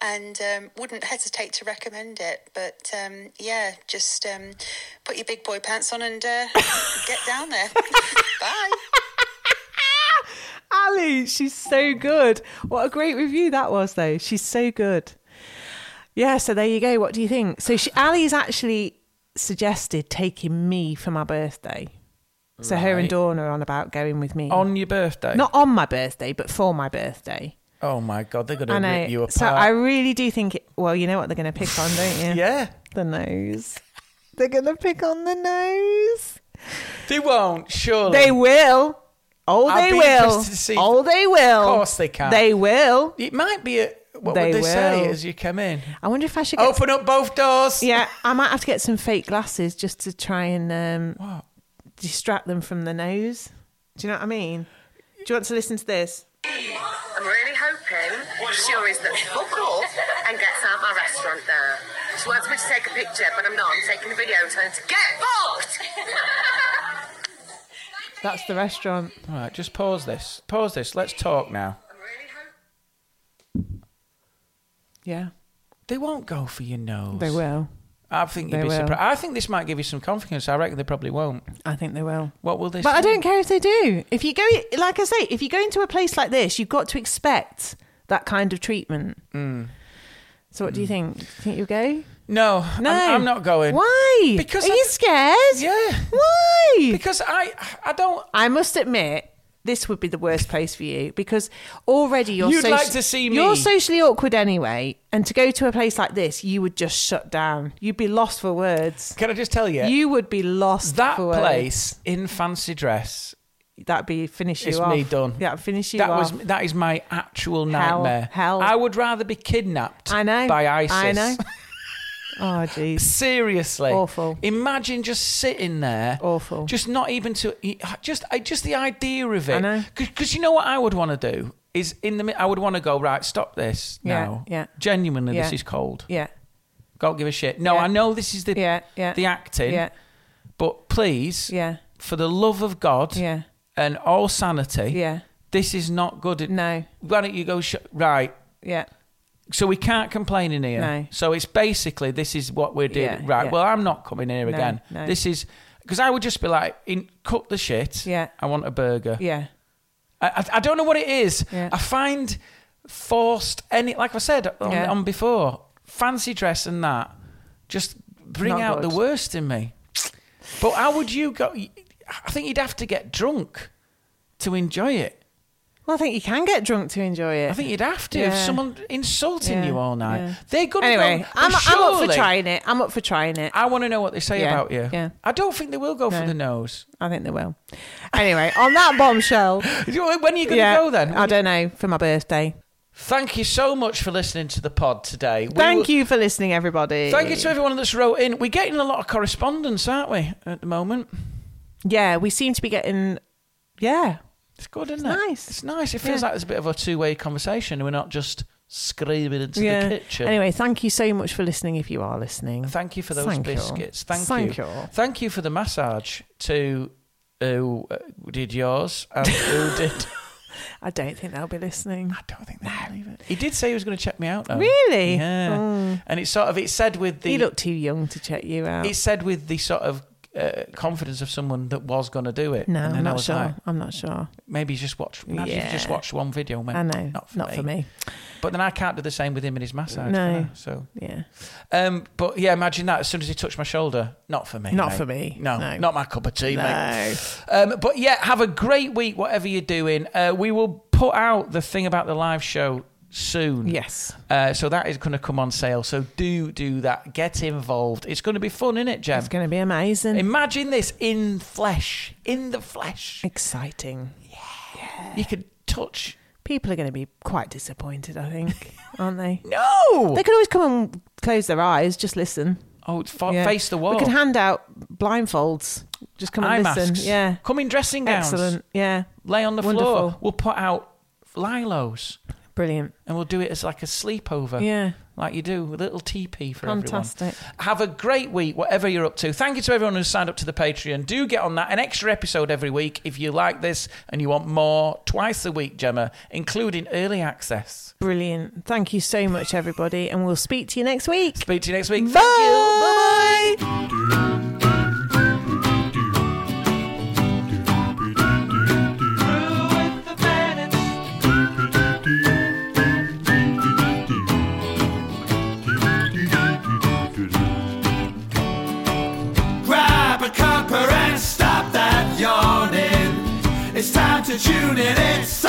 and um, wouldn't hesitate to recommend it. But um, yeah, just um, put your big boy pants on and uh, get down there. Bye. Ali, she's so good. What a great review that was, though. She's so good. Yeah, so there you go. What do you think? So she, Ali's actually suggested taking me for my birthday. So her and Right. Dawn are on about going with me. On your birthday. Not on my birthday, but for my birthday. Oh my god, they're I gonna know. rip you apart. so I really do think. It, well, you know what they're going to pick on, don't you? yeah. The nose. They're going to pick on the nose. They won't, surely. They will. Oh, I'd they be will. interested to see- Oh, they will. Of course they can. They will. It might be a. What They would they say will. as you come in? I wonder if I should. Get Open up both doors. Yeah, I might have to get some fake glasses just to try and um, What? distract them from the nose. Do you know what I mean? Do you want to listen to this? I'm really hoping she always looks fuck up and gets out my restaurant there. She wants me to take a picture, but I'm not. I'm taking a video and telling her to get fucked! That's the restaurant. All right, just pause this. Pause this. Let's talk now. I'm really hoping. Yeah, They won't go for your nose. they will. I think you'd They be will. surprised. I think this might give you some confidence. I reckon they probably won't. I think they will. What will this? But I don't care if they do. If you go, like I say, if you go into a place like this, you've got to expect that kind of treatment. Mm. So, what do you think? Do you think you'll go? No, Mm. I'm- No, I'm, not going. Why? Because are I- you scared? Yeah. Why? Because I, I don't. I must admit, this would be the worst place for you because already you're You'd soci- like to see me. You're socially awkward anyway, and to go to a place like this, you would just shut down. You'd be lost for words. Can I just tell you? You would be lost. that for words. place in fancy dress. That'd be finish you It's off. me done. Yeah, finish you that off. was that is my actual Hell, nightmare. hell. I would rather be kidnapped. I know. By ISIS. I know. Oh jeez. Seriously, Awful. Imagine just sitting there, Awful. Just not even to just I just the idea of it. I know. Because you know what I would want to do is in the mi- I would want to go right. Stop this Yeah, now. yeah. Genuinely, this Yeah. is cold. Yeah. Don't give a shit. No, Yeah. I know this is the Yeah. Yeah. the acting, Yeah. but please, Yeah. for the love of God, Yeah. and all sanity, Yeah. this is not good. No. Why don't you go sh- right? Yeah. So we can't complain in here. No. So it's basically this is what we're doing. Yeah, right. yeah. Well, I'm not coming here No, again. no. This is because I would just be like, in, cut the shit. Yeah. I want a burger. Yeah. I, I, I don't know what it is. Yeah. I find forced any like I said on, Yeah. on before fancy dress and that just bring Not out good. the worst in me. But how would you go? I think you'd have to get drunk to enjoy it. Well, I think you can get drunk to enjoy it. I think you'd have to. Yeah. If someone insulting Yeah, you all night, yeah. they're good. Anyway, go, I'm, "Well, I'm up for surely- trying it. I'm up for trying it. I want to know what they say Yeah, about you. yeah. I don't think they will go No. for the nose. I think they will. Anyway, on that bombshell, When are you going to yeah, go then? I don't know for my birthday. Thank you so much for listening to the pod today. We Thank will- you for listening, everybody. Thank you to everyone that's wrote in. We're getting a lot of correspondence, aren't we, at the moment? Yeah, we seem to be getting. Yeah, It's good, isn't It's it? nice. It's nice. It feels Yeah. like there's a bit of a two way conversation. We're not just screaming into the yeah. kitchen. Anyway, thank you so much for listening. If you are listening, Thank you for those Thank you. biscuits. Thank, Thank you. you. Thank you for the massage to who uh, did yours and who did. I don't think they'll be listening. I don't think they believe it. He did say he was going to check me out. Though. Really? Yeah. And it's sort of it's said with the you look too young to check you out. it's said with the sort of uh, confidence of someone that was going to do it. No, and I'm then I not was sure. like, uh, I'm not sure. maybe you just watch. Maybe you Yeah. just watch one video. and went, I know. Not for, me. me. But then I can't do the same with him and his massage. No. can I? So, Yeah. um, but yeah, imagine that. As soon as he touched my shoulder, not for me. Not mate. for me. No, No. not my cup of tea, No. mate. Um, but yeah, have a great week, whatever you're doing. Uh, we will put out the thing about the live show soon. Yes. Uh, so that is going to come on sale. So do do that. Get involved. It's going to be fun, isn't it, Jem? It's going to be amazing. Imagine this in flesh, in the flesh. Exciting. You could touch. People are going to be quite disappointed, I think, aren't they? No. They could always come and close their eyes, just listen. Oh, it's fa- Yeah. face the wall. We could hand out blindfolds. Just come and Eye listen. masks. Yeah. Come in dressing gowns. Excellent. Yeah. Lay on the floor. Wonderful. We'll put out lilos Brilliant. and we'll do it as like a sleepover. Yeah. Like you do, a little teepee for Fantastic. everyone. Have a great week, whatever you're up to. Thank you to everyone who signed up to the Patreon. Do get on that. An extra episode every week if you like this and you want more twice a week, Gemma, including early access. Brilliant. Thank you so much, everybody. And we'll speak to you next week. Speak to you next week. Thank you. Bye bye. Grab a cuppa and stop that yawning. It's time to tune in. It's